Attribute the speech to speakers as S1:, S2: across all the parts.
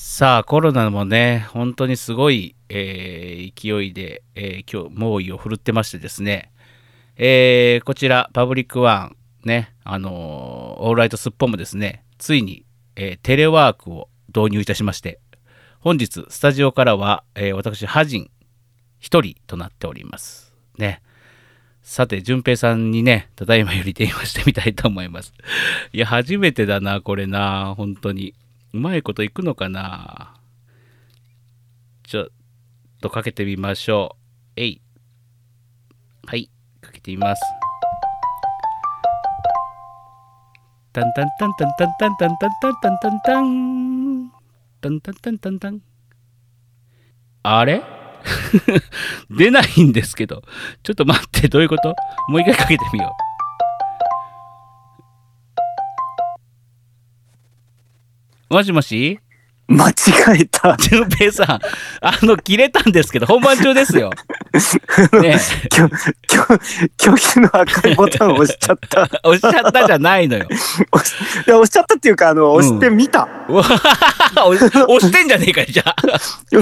S1: さあコロナもね本当にすごい、えー勢いで、えー今日猛威を振るってましてですね、えーこちらパブリックワンねあのーオールライトスッポンもですねついに、えーテレワークを導入いたしまして本日スタジオからは、えー私ハジン一人となっておりますねさて淳平さんにねただいまより電話してみたいと思いますいや初めてだなこれな本当にうまいこといくのかなちょっとかけてみましょうえいはいかけてみますタンタンタンタンタンタンタンタンタンタンタンタンタンタンタンタンタンあれ 出ないんですけどちょっと待ってどういうこともう一回かけてみようもしもし
S2: 間違えた。
S1: 淳平さん、あの、切れたんですけど、本番中です よ。ね
S2: 拒拒拒否の赤いボタンを押しちゃった。
S1: え、おっしゃったじゃないのよ。
S2: 押しいや押しちゃったっていうか、あの、押してみた。
S1: うわ押し押してんじゃねえかよ、じゃあ。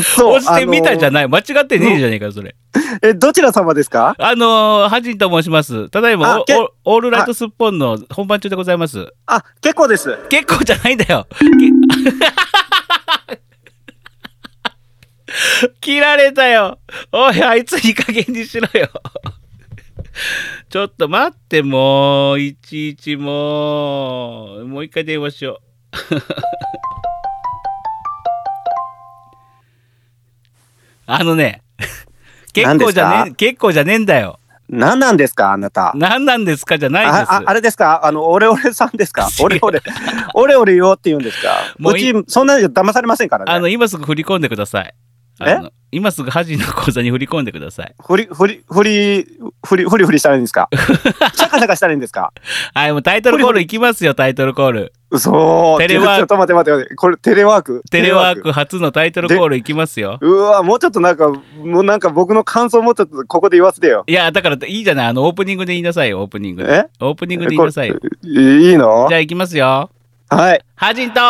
S2: そう
S1: 押してみたじゃ
S2: あ
S1: ない。間違ってねえじゃねえかよ、それ。
S2: のえ、どちら様ですか
S1: あのー、はじんと申します。ただいま
S2: あ
S1: お、
S2: け
S1: おオールライトスッポンの本番中でございます。
S2: あ、結構です。
S1: 結構じゃないんだよ。 け切られたよ。おい、あいついい加減にしろよ。ちょっと待って、もう、いちいちもう、もう一回電話しよう。 あのね、結構じゃ
S2: 何
S1: ね
S2: で
S1: え、結構じゃねえんだよ。
S2: 何なんですかあなた。
S1: 何なんですかじゃないん
S2: あ
S1: です
S2: ああれですかあの、オレオレさんですか
S1: 違う
S2: オレオレ。オレオレ言おうって言うんですか
S1: も
S2: う
S1: うい
S2: ち、そんなの騙されませんか
S1: あ
S2: らね。
S1: の、今すぐ振り込んでください。あの今すぐハジの口座に振り込んでください。
S2: ふり、ふり、ふり、ふり、ふりふりしたらいいんです かシャカシャカしたらいいんですか
S1: はい、もうタイトルコールいきますよ、タイトルコール。
S2: 嘘
S1: テレワーク
S2: ちょっと待って待って待って。これ、テレワーク
S1: テレワーク初のタイトルコールいきますよ。
S2: うわもうちょっとなんかもうなんか僕の感想もうちょっとここで言わせてよ
S1: いや、だからいいじゃない、あの、オープニングで言いなさいよ、オープニングで。
S2: え
S1: オープニングで言いなさいよ。
S2: いいの
S1: じゃあ、いきますよ。
S2: はい
S1: ハジンと、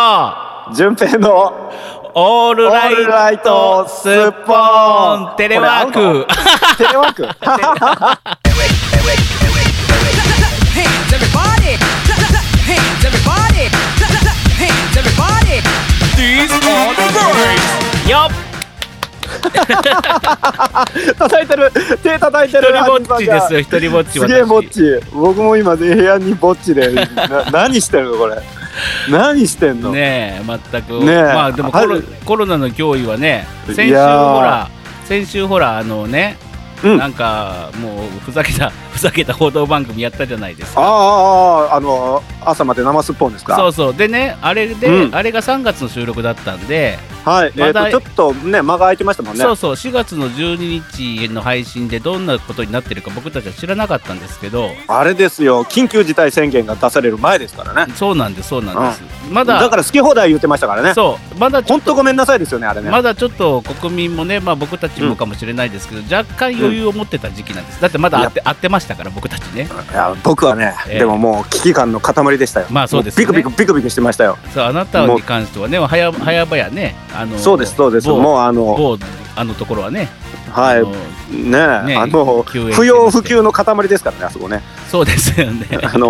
S2: 順平の
S1: オール
S2: オ
S1: ライ
S2: ールライト
S1: ト、
S2: ス
S1: ス
S2: ッ
S1: ッポ
S2: ポ
S1: ン、
S2: ン
S1: テレワー
S2: これ合う
S1: ク
S2: の。テレワーク
S3: hands, everybody. Hands, everybody. Hands, everybody. These are the birds.
S1: よっ
S2: 叩いてる手叩いて
S1: 一
S2: る
S1: 人ぼっちですよ、
S2: よ
S1: 一人ぼっち
S2: すげえぼっ
S1: 私。
S2: ち僕も今ね部屋にぼっちで な何してるのこれ何してんの、
S1: ねえ、全く。
S2: ねえ
S1: まあ、でもコロ
S2: 春
S1: コロナの脅威はね、先
S2: い
S1: 週ほ
S2: やー
S1: ら、先週ほら、あのね、
S2: うん
S1: なんかもうふざけた ふざけた報道番組やったじゃないです
S2: あ
S1: か。
S2: ああああの朝まで生すっぽんですか
S1: そうそうでねあれで、
S2: うん
S1: あれが3月の収録だったんで、
S2: はい、
S1: まだ
S2: えーとちょっとね間が空いてましたもんね
S1: そうそう4月の12日の配信でどんなことになってるか僕たちは知らなかったんですけど
S2: あれですよ緊急事態宣言が出される前ですからね
S1: そうなんですそうなんです、まだ
S2: だから好き放題言ってましたからね
S1: そうまだちょ
S2: 本
S1: っと
S2: 当ごめんなさいですよねあれね、
S1: まだちょっと国民もね、まあ、僕たちもかもしれないですけど、若干余裕を持ってた時期なんですだってまだ会って会ってましたから僕たちね
S2: いや僕はね、
S1: ええ
S2: でももう危機感の塊でしたよ
S1: まあそうですね
S2: もビクビクビクビクしてましたよ、
S1: そうあなたに関してはね早早々ねあの
S2: そうですそうです
S1: 某
S2: もうあの
S1: 某あのところはね、
S2: は
S1: あ
S2: い
S1: の
S2: ねえ
S1: ね
S2: あの
S1: 救援してますけど
S2: 不要不急の塊ですからねあそこね
S1: そうですよ ね。
S2: あの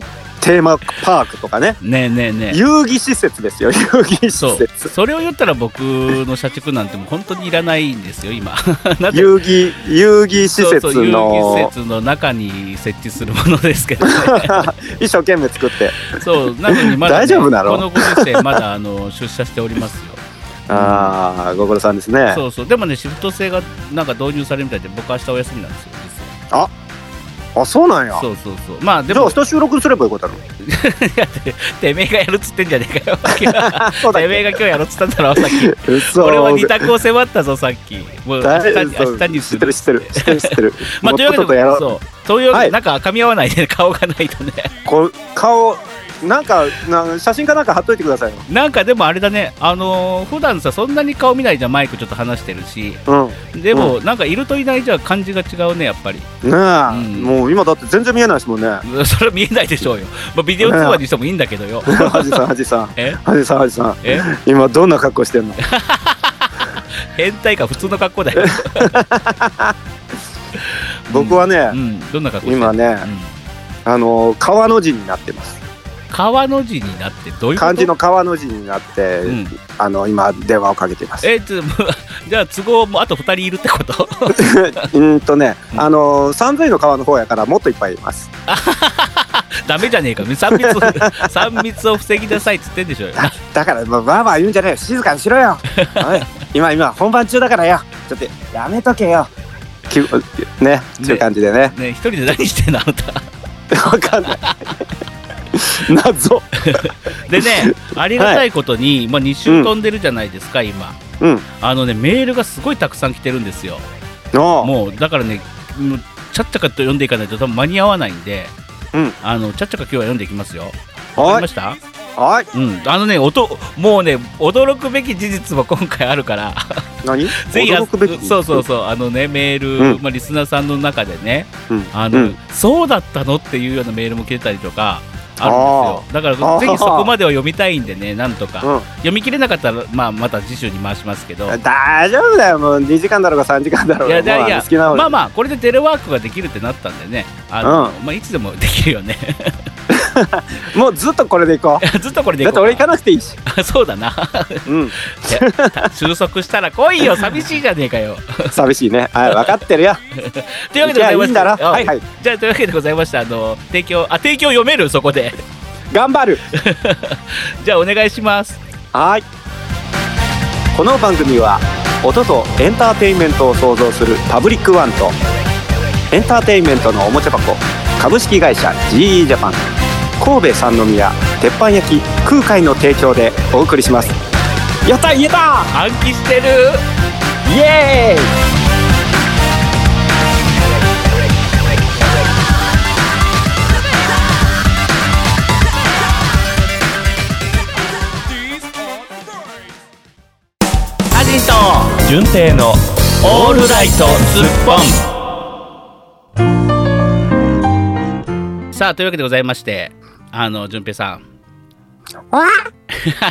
S2: ーテーマパークとかね
S1: ねえねえねえ。
S2: 遊戯施設ですよ遊戯
S1: そ
S2: 施
S1: う。
S2: 設
S1: それを言ったら僕の社畜なんてもう本当にいらないんですよ、 今。な
S2: 遊戯遊戯施設
S1: そうそう遊戯
S2: の
S1: 施設の中に設置するものですけどね。
S2: 一生懸命作って
S1: そう、なのにまだ、ね、
S2: 大丈夫なの
S1: このご時世まだあの出社しておりますよ。
S2: ああご苦労さんですね
S1: そうそう。でもね、シフト制がなんか導入されるみたいで、僕明日お休みなんですよ。実
S2: あそうなんや
S1: はそうそうそう。まあで
S2: じゃあ
S1: も、
S2: 明日収録すればよかったの
S1: てめえがやるっつってんじゃねえか よ。
S2: あそうだ
S1: て
S2: っ
S1: めえが
S2: け
S1: 今日やるっつったんだろ、さっき。
S2: 嘘
S1: 俺は二択を迫ったぞ、さっき。もう明日に明日に
S2: 知
S1: す
S2: って
S1: る
S2: る。知ってる知ってる知ってる
S1: まあ、
S2: もう
S1: というわ
S2: と
S1: け
S2: っととや
S1: で、
S2: ろう
S1: そう。というわけ
S2: は
S1: で、
S2: い
S1: なんか噛み合わないね、顔がないとね。
S2: こう顔なんかな写真かなんか貼っといてくださいよ
S1: なんかでもあれだね、あのー普段さ、そんなに顔見ないじゃん、マイクちょっと話してるし、
S2: うん
S1: でも、なんかいるといないじゃ感じが違うね、やっぱり。
S2: ねえ、
S1: ん
S2: もう今だって全然見えないですも んね
S1: それは見えないでしょうよ。まあ、ビデオ通話にしてもいいんだけど よ。
S2: ハジさんハジさん
S1: え
S2: ハジさんハジさん
S1: え
S2: 今どんな格好してんの
S1: 変態か、普通の格好だよ。
S2: 僕はね、
S1: うん、どんな格好してんの
S2: 今ね、
S1: うん
S2: あの川の字になってます
S1: 川の字になってどういうこと
S2: 漢字の川の字になって、
S1: うん
S2: あの今電話をかけてます
S1: えちょ もうじゃあ都合もあと2人いるってこと
S2: うーんとね、
S1: うん
S2: あのー三髄の川の方やからもっといっぱいいます。
S1: ダメじゃねえか3密を3密を防ぎなさいっつって んでしょうよ
S2: だから、まあ、わーわー言うんじゃねえよ。静かにしろ よ。おい今、今、本番中だからよ。ちょっと、やめとけよ。きね、っていう感じでね。
S1: ね一人で何してんのあなた
S2: わかん ない。謎。
S1: で ねありがたいことに、まあ、2週飛んでるじゃないですか、今
S2: うん。
S1: あのねメールがすごいたくさん来てるんですよ
S2: の、
S1: もうだからねもうちゃっちゃかと読んでいかないと多分間に合わないんで、
S2: うん
S1: あのちゃっちゃか今日は読んでいきますよわか
S2: お
S1: り
S2: い
S1: ま、した
S2: おい、
S1: うんあのねおともうね驚くべき事実も今回ある から
S2: 何
S1: ぜひ
S2: 驚くべき。
S1: そうそうそうあのねメール、
S2: うん
S1: まあ、リスナーさんの中でね
S2: うん。
S1: あの、
S2: うん
S1: そうだったのっていうようなメールも来てたりとかあ
S2: あ
S1: るんですよだか
S2: あ
S1: ら
S2: ー
S1: ぜひそこまでは読みたいんでねなんとか、
S2: うん
S1: 読み切れなかったら、まあ、また次週に回しますけど。
S2: 大丈夫だよ、もう2時間だろうが3時間だろう
S1: い
S2: が、
S1: やいやい
S2: もうあ
S1: や
S2: の好きな方に
S1: まあまあこれでテレワークができるってなったんでねあの、まあ、いつでもできるよね
S2: もうずっとこれでいこう。
S1: ずっとこれ でい
S2: だ
S1: こう
S2: って俺行かなくていいし。
S1: かそうだな
S2: うん。
S1: 収束したら来いよ寂しいじゃねえかよ
S2: 寂しいね。はい、分かってるよ。
S1: というわけでございまし
S2: じゃあい
S1: た
S2: いんだろはいはい
S1: じゃあというわけでございましたあの提供あ提供読めるそこで
S2: 頑張る。
S1: じゃあお願いします
S2: はい。この番組は音とエンターテインメントを創造するパブリックワンとエンターテインメントのおもちゃ箱株式会社 GE ジャパン神戸三宮鉄板焼き空海の提供でお送りします。やった言えた
S1: 暗記してる
S2: イエーイ
S1: アジト純正のオールライトスッポンさあというわけでございましてあの純平さん あ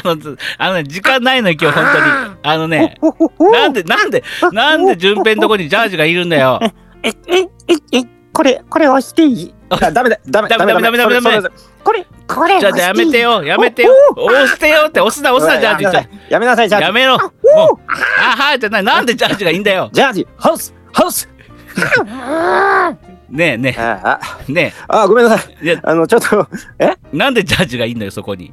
S1: のずあのね時間ないのよ今日本当にあのねなんでなんでなんで純平のとこにジャージがいるんだ よ
S2: え、え、え、え、これ、これ押していいあ、ダメだ、ダメ
S1: ダメダメダメダメ
S2: それそれそれこれ、これ
S1: じゃあやめてよやめてよ押してよって押すな押すなジャージ
S2: やめなさいやめなさい、ジャージ。
S1: やめろもう
S2: お
S1: あはいじゃないなんでジャージがいいんだよ
S2: ジャージ、ハウス、ハウス。
S1: ねえね
S2: あ
S1: えね
S2: あ、あごめんなさい。
S1: えいや
S2: あの、ちょっと、え
S1: なんでジャージがいいんだよそこに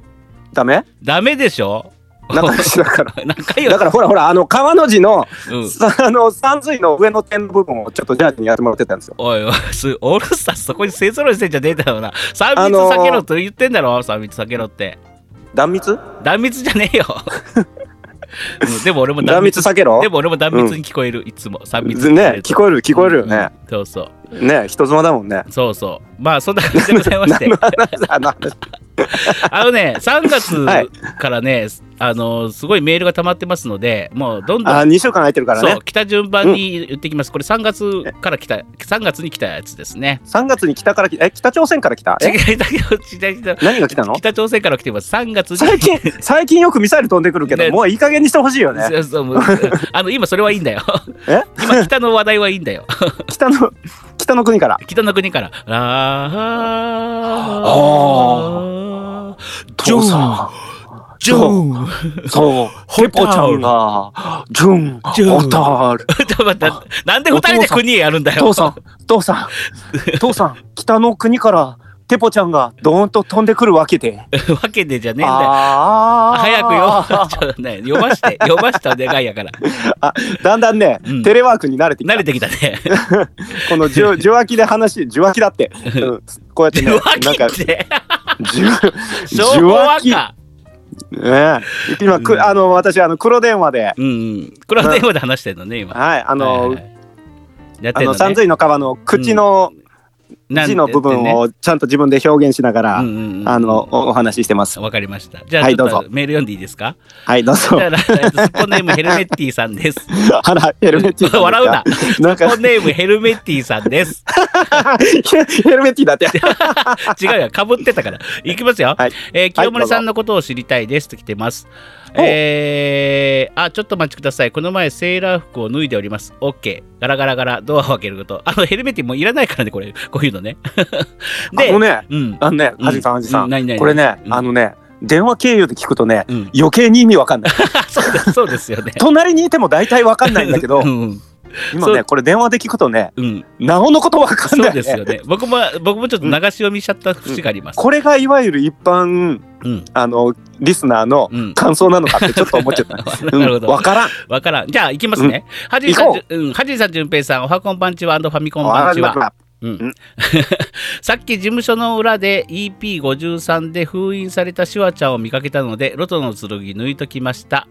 S2: ダメ
S1: ダメでしょ
S2: 仲良しだから。
S1: 仲良
S2: だからほらほら、あの、川の字の、
S1: いうん
S2: さあの、三髄の上の点の部分をちょっとジャージにやってもらってたんですよ。
S1: おいおい、すオールスターそこに勢ぞろいしてんじゃねえだろうな。三
S2: あ
S1: 密
S2: のー
S1: 避けろと言ってんだろ、三密避けろって。
S2: 断密
S1: 断密じゃねえ よ。うんでも俺も
S2: 断密避けろ
S1: でも俺も断密に聞こえる、いつも。三密
S2: ね、聞こえる、聞
S1: 聞
S2: こえるよね。。
S1: うんそうそう。
S2: ね、人妻だもんね。
S1: そうそう。まあそんな感じでございま して
S2: 何の。話あの話
S1: あのね、3月
S2: はい
S1: からね、あのーすごいメールが溜まってますので、もうどんどん。
S2: あ、2週間空いてるから
S1: そ
S2: ね
S1: う。来た順番に言ってきます、これ3月から来た3月に来たやつですね
S2: 3月に北から来た、え、北朝鮮から来た
S1: 違
S2: え
S1: う違う違う違う
S2: 何が来たの
S1: 北朝鮮から来てます3月に
S2: 最近、最近よくミサイル飛んでくるけ
S1: ね
S2: ど、もういい加減にしてほしいよね。
S1: そうそうもうあの今それはいい んだよ。
S2: え
S1: 今北の話題はいいんだよ。
S2: 北の、北の国から。
S1: 北の国から。あ
S2: あ
S1: あ。ジョン
S2: 父さん
S1: ジ ョン。
S2: そう、ペポちゃんが、ジュン、
S1: ジュン
S2: ホタル。
S1: ちょっと待って、なんで二人で国へやるんだよ
S2: 父。さん、父さん、父さん、北の国から、ペポちゃんがドーンと飛んでくるわけで。
S1: わけでじゃねえんだよ。
S2: あ
S1: 早くよ
S2: あ。
S1: ちょっとね、呼ばして、呼ばしたお願いやから。
S2: だんだんね、
S1: うん
S2: テレワークに慣れてき
S1: 慣
S2: た。
S1: れてきたね。
S2: こ の受受話器で話、受話器だって。うんこうやってね、
S1: 受
S2: なんか
S1: 話器って、
S2: 受
S1: 昭
S2: 受
S1: 和
S2: 話器。
S1: か。
S2: ねえ、今、
S1: うん
S2: くあの私あの黒電話で、
S1: うんうん。これは電話で話してんのね、今。
S2: はいあの、
S1: はいはいやっ
S2: あ
S1: てんの
S2: の
S1: ね
S2: 三髄の川の口の、
S1: なん
S2: 字の部分をちゃんと自分で表現しながら、
S1: うんうんうん
S2: あのおお話ししてます。
S1: わかりました。じゃあ、
S2: はい
S1: ちょっと
S2: どうぞ
S1: メール読んでいいです か。
S2: はい、どう
S1: じ
S2: ぞ
S1: ゃ。あラジオネームスポネームヘルメッティさん です。
S2: あら、ヘルメッティさんですか。
S1: 笑うな。
S2: なん
S1: ス
S2: か
S1: ポ、ネームヘルメッティさんです。
S2: ヘルメッティだって。
S1: 違うよ、かぶってた から。いきますよ。
S2: はい
S1: えー清盛さんのことを知りたいですと来てます。
S2: お
S1: えーあ、ちょっとお待ちください。この前、セーラー服を脱いでおります。OK。ガラガラガラ、ドアを開けること。あの、ヘルメットもういらないからね、これ。こういうの ね。
S2: あのね、
S1: うん。
S2: あのね、
S1: うん
S2: はじさん、はじさ
S1: うんないない
S2: ん。これね
S1: う、ん
S2: あのね、電話経由で聞くとね、
S1: うん、
S2: 余計に意味わかんない。
S1: そうですそうですよね。
S2: 隣にいても大体わかんないんだけど
S1: う、ん、
S2: 今
S1: そう
S2: ね、これ電話で聞くとね、
S1: うん、
S2: なおのことわかん
S1: そ
S2: な
S1: う
S2: いね。
S1: ですよね。僕も、僕もちょっと流し読みしちゃった節があります。
S2: これがいわゆる一般、
S1: うん、
S2: あの、リスナーの
S1: うん。
S2: 感想なのかってちょっと思っちゃった。う
S1: なるほ
S2: ん、
S1: ど
S2: わ。からん。
S1: わからん。じゃあ、行きますね。はじいさん
S2: 行こ、
S1: うん、はじいさん、じゅんぺいさん、おはこんばんちは、ファミコン
S2: わ
S1: ば
S2: か
S1: んち
S2: んな
S1: は
S2: く。なった
S1: うん
S2: ん
S1: さっき事務所の裏で EP53 で封印されたシュワちゃんを見かけたのでロトの剣抜いときました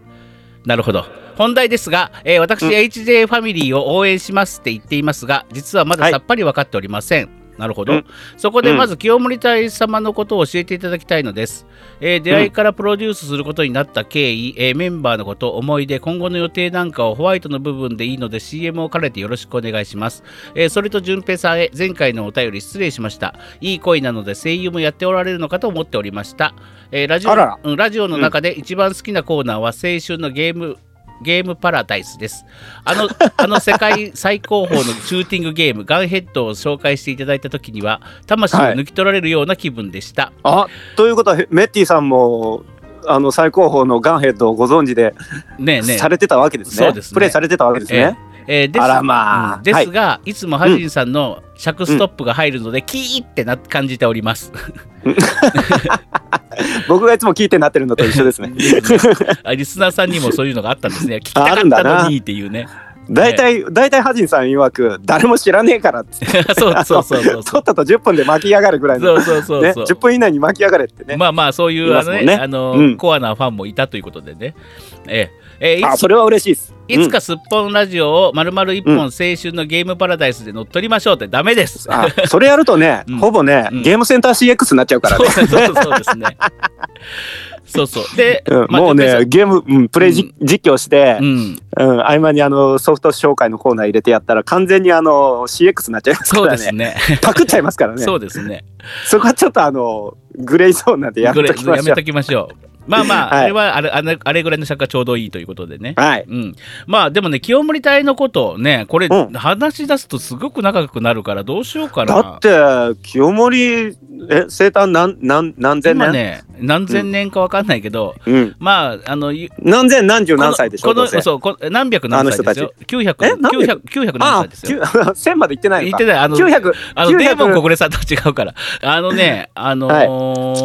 S1: なるほど本題ですが、えー私
S2: うん
S1: HJ ファミリーを応援しますって言っていますが実はまだ
S2: はい
S1: さっぱり分かっておりません、なるほど、
S2: うん
S1: そこでまず清盛隊様のことを教えていただきたいのです、えー出会いからプロデュースすることになった経緯、えーメンバーのこと思い出今後の予定なんかをホワイトの部分でいいので CM を兼ねてよろしくお願いしますえーそれと順平さんへ前回のお便り失礼しましたいい声なので声優もやっておられるのかと思っておりました、えーラジオ
S2: あらら
S1: うんラジオの中で一番好きなコーナーは青春のゲームゲームパラダイスですあ のあの世界最高峰のシューティングゲームガンヘッドを紹介していただいた時には魂を抜き取られるような気分でした、
S2: あ、ということは、メッティさんも、あの、最高峰のガンヘッドをご存知で、
S1: ねえねえ
S2: されてたわけです
S1: そう
S2: ね
S1: ですね。
S2: プレイされてたわけですね。
S1: えーです
S2: あらまあ
S1: うんですが、い、つもハジンさんの尺ストップが入るので、キーってな感じております。
S2: 僕がいつも聞いてなってるのと一 緒ですね。
S1: あリスナーさんにもそういうのがあったんですね。聞きた
S2: あ
S1: か
S2: ある
S1: っ
S2: んだ
S1: たの
S2: な
S1: にっていうね。
S2: 大体、大体、ハジンさん曰く、誰も知らねえからっつって、
S1: そうそうそうそうそ
S2: と
S1: う。
S2: っとと10分で巻き上がるぐらい
S1: そ
S2: の、
S1: うそうそう
S2: ね、
S1: そう
S2: 10分以内に巻き上がれってね。
S1: まあまあそういう
S2: い
S1: あ
S2: ます
S1: の
S2: もん
S1: ね
S2: ね
S1: あの、
S2: うん
S1: コアなファンもいたということでね。えええー
S2: あ、
S1: いつ
S2: それは嬉しいです。
S1: いつかすっぽんラジオをまるまる一本青春のゲームパラダイスで乗っ取りましょうってダメです。
S2: うん。あ、それやると ね
S1: うん、
S2: ほぼね
S1: うん、
S2: ゲームセンター CX になっちゃうから
S1: そう
S2: ね。
S1: そうそうそうですね。そうそう。で、
S2: うん
S1: まあ
S2: もうね、、ゲーム、うんプレイじ実況して
S1: う、ん、
S2: うん、合間にあのソフト紹介のコーナー入れてやったら完全にあの CX になっちゃいますか
S1: そう
S2: ら
S1: です
S2: ね。
S1: ね。
S2: パクっちゃいますからね。
S1: そうですね。
S2: そこはちょっとあのグレーゾーンなんでや
S1: こ
S2: め
S1: れ
S2: ときま
S1: や
S2: しょ
S1: め
S2: う
S1: と。きましょう。まあまあ、
S2: はい
S1: あれはあれあれあれぐらいの尺がちょうどいいということでね。
S2: はい。
S1: うん、まあでもね清盛隊のことをねこれ、
S2: うん
S1: 話し出すとすごく長くなるからどうしようかな。
S2: だって清盛え生誕何何何千
S1: 今
S2: 年、
S1: ね何千年かわかんないけど、
S2: うん
S1: まああのゆ
S2: 何千何十
S1: この
S2: 何歳でしょ
S1: この
S2: どうせ
S1: そうこ何百何歳ですよ
S2: え
S1: 900
S2: 何百
S1: 900, 900何
S2: あ
S1: 歳ですよ。
S2: あ 千まで行ってない
S1: 言
S2: の
S1: っ
S2: か
S1: て。ないあの
S2: 九百
S1: あの
S2: 900
S1: デーモン小暮さんと違うからあの ねあの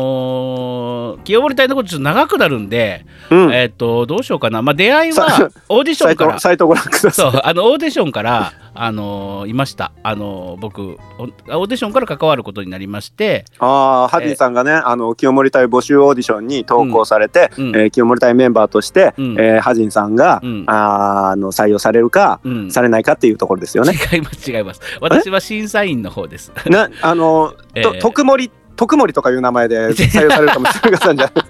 S1: ー清盛隊のことちょっと長くなるんで、
S2: うん。
S1: えっ、とどうしようかなまあ出会いはオーディショ
S2: サ
S1: ン
S2: イ
S1: から
S2: トサイトご覧くださ い。
S1: そうあのオーディションから、あのーいました、あのー僕オオーディションから関わることになりまして、
S2: ああ、ハディさんがね、あの清盛隊募集オーディションに投稿されて、
S1: うんうん
S2: えー清盛隊メンバーとして、
S1: うん
S2: えーハジンさんが、
S1: うん
S2: あーあの採用されるか、
S1: うん、
S2: されないかっていうところで すよね。
S1: 違います違います私は審査員の方 です
S2: なあの、
S1: え
S2: と
S1: ー
S2: 徳盛徳盛とかいう名前で採用されるかもしれません じゃない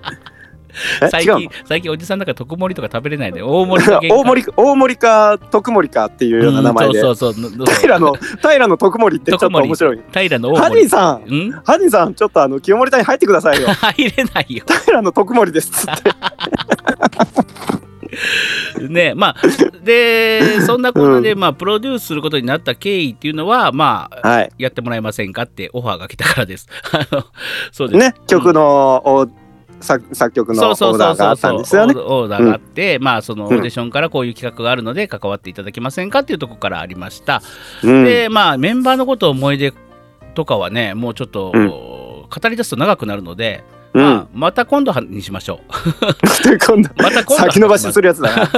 S1: 最
S2: え違う
S1: 近最近おじさんだから特盛りとか食べれないで大盛りが限界
S2: の 大盛り大盛りか徳盛かっていうような名前で、
S1: うんそう そうそう
S2: 平の平の徳盛ってちょっと
S1: 徳盛
S2: 面白い
S1: 平の大
S2: ハデ
S1: 盛
S2: ィ
S1: り
S2: さん
S1: ん
S2: ハディさんちょっとあの清盛隊に入ってくださいよ
S1: 入れないよ
S2: 平の徳盛ですっつ って
S1: ねまあでそんなことで、まあプロデュースすることになった経緯っていうの はまあ
S2: はい
S1: やってもらえませんかってオファーが来たからです。あのそうです
S2: ね曲の、お作作曲の
S1: そう
S2: オ
S1: そう
S2: ー
S1: そう
S2: ダーが
S1: そ
S2: あ
S1: うそ
S2: ったん
S1: う
S2: ですよね。
S1: オーダーがあって、まあそのオーディションからこういう企画があるので関わっていただけませんかっていうところからありました、
S2: うん
S1: でまあメンバーのこと思い出とかはねもうちょっと、
S2: うん
S1: 語り出すと長くなるので、
S2: う
S1: まあ
S2: ん、
S1: また今度はにしましょ
S2: 今度
S1: う また今度
S2: 先延ばしするや つだな。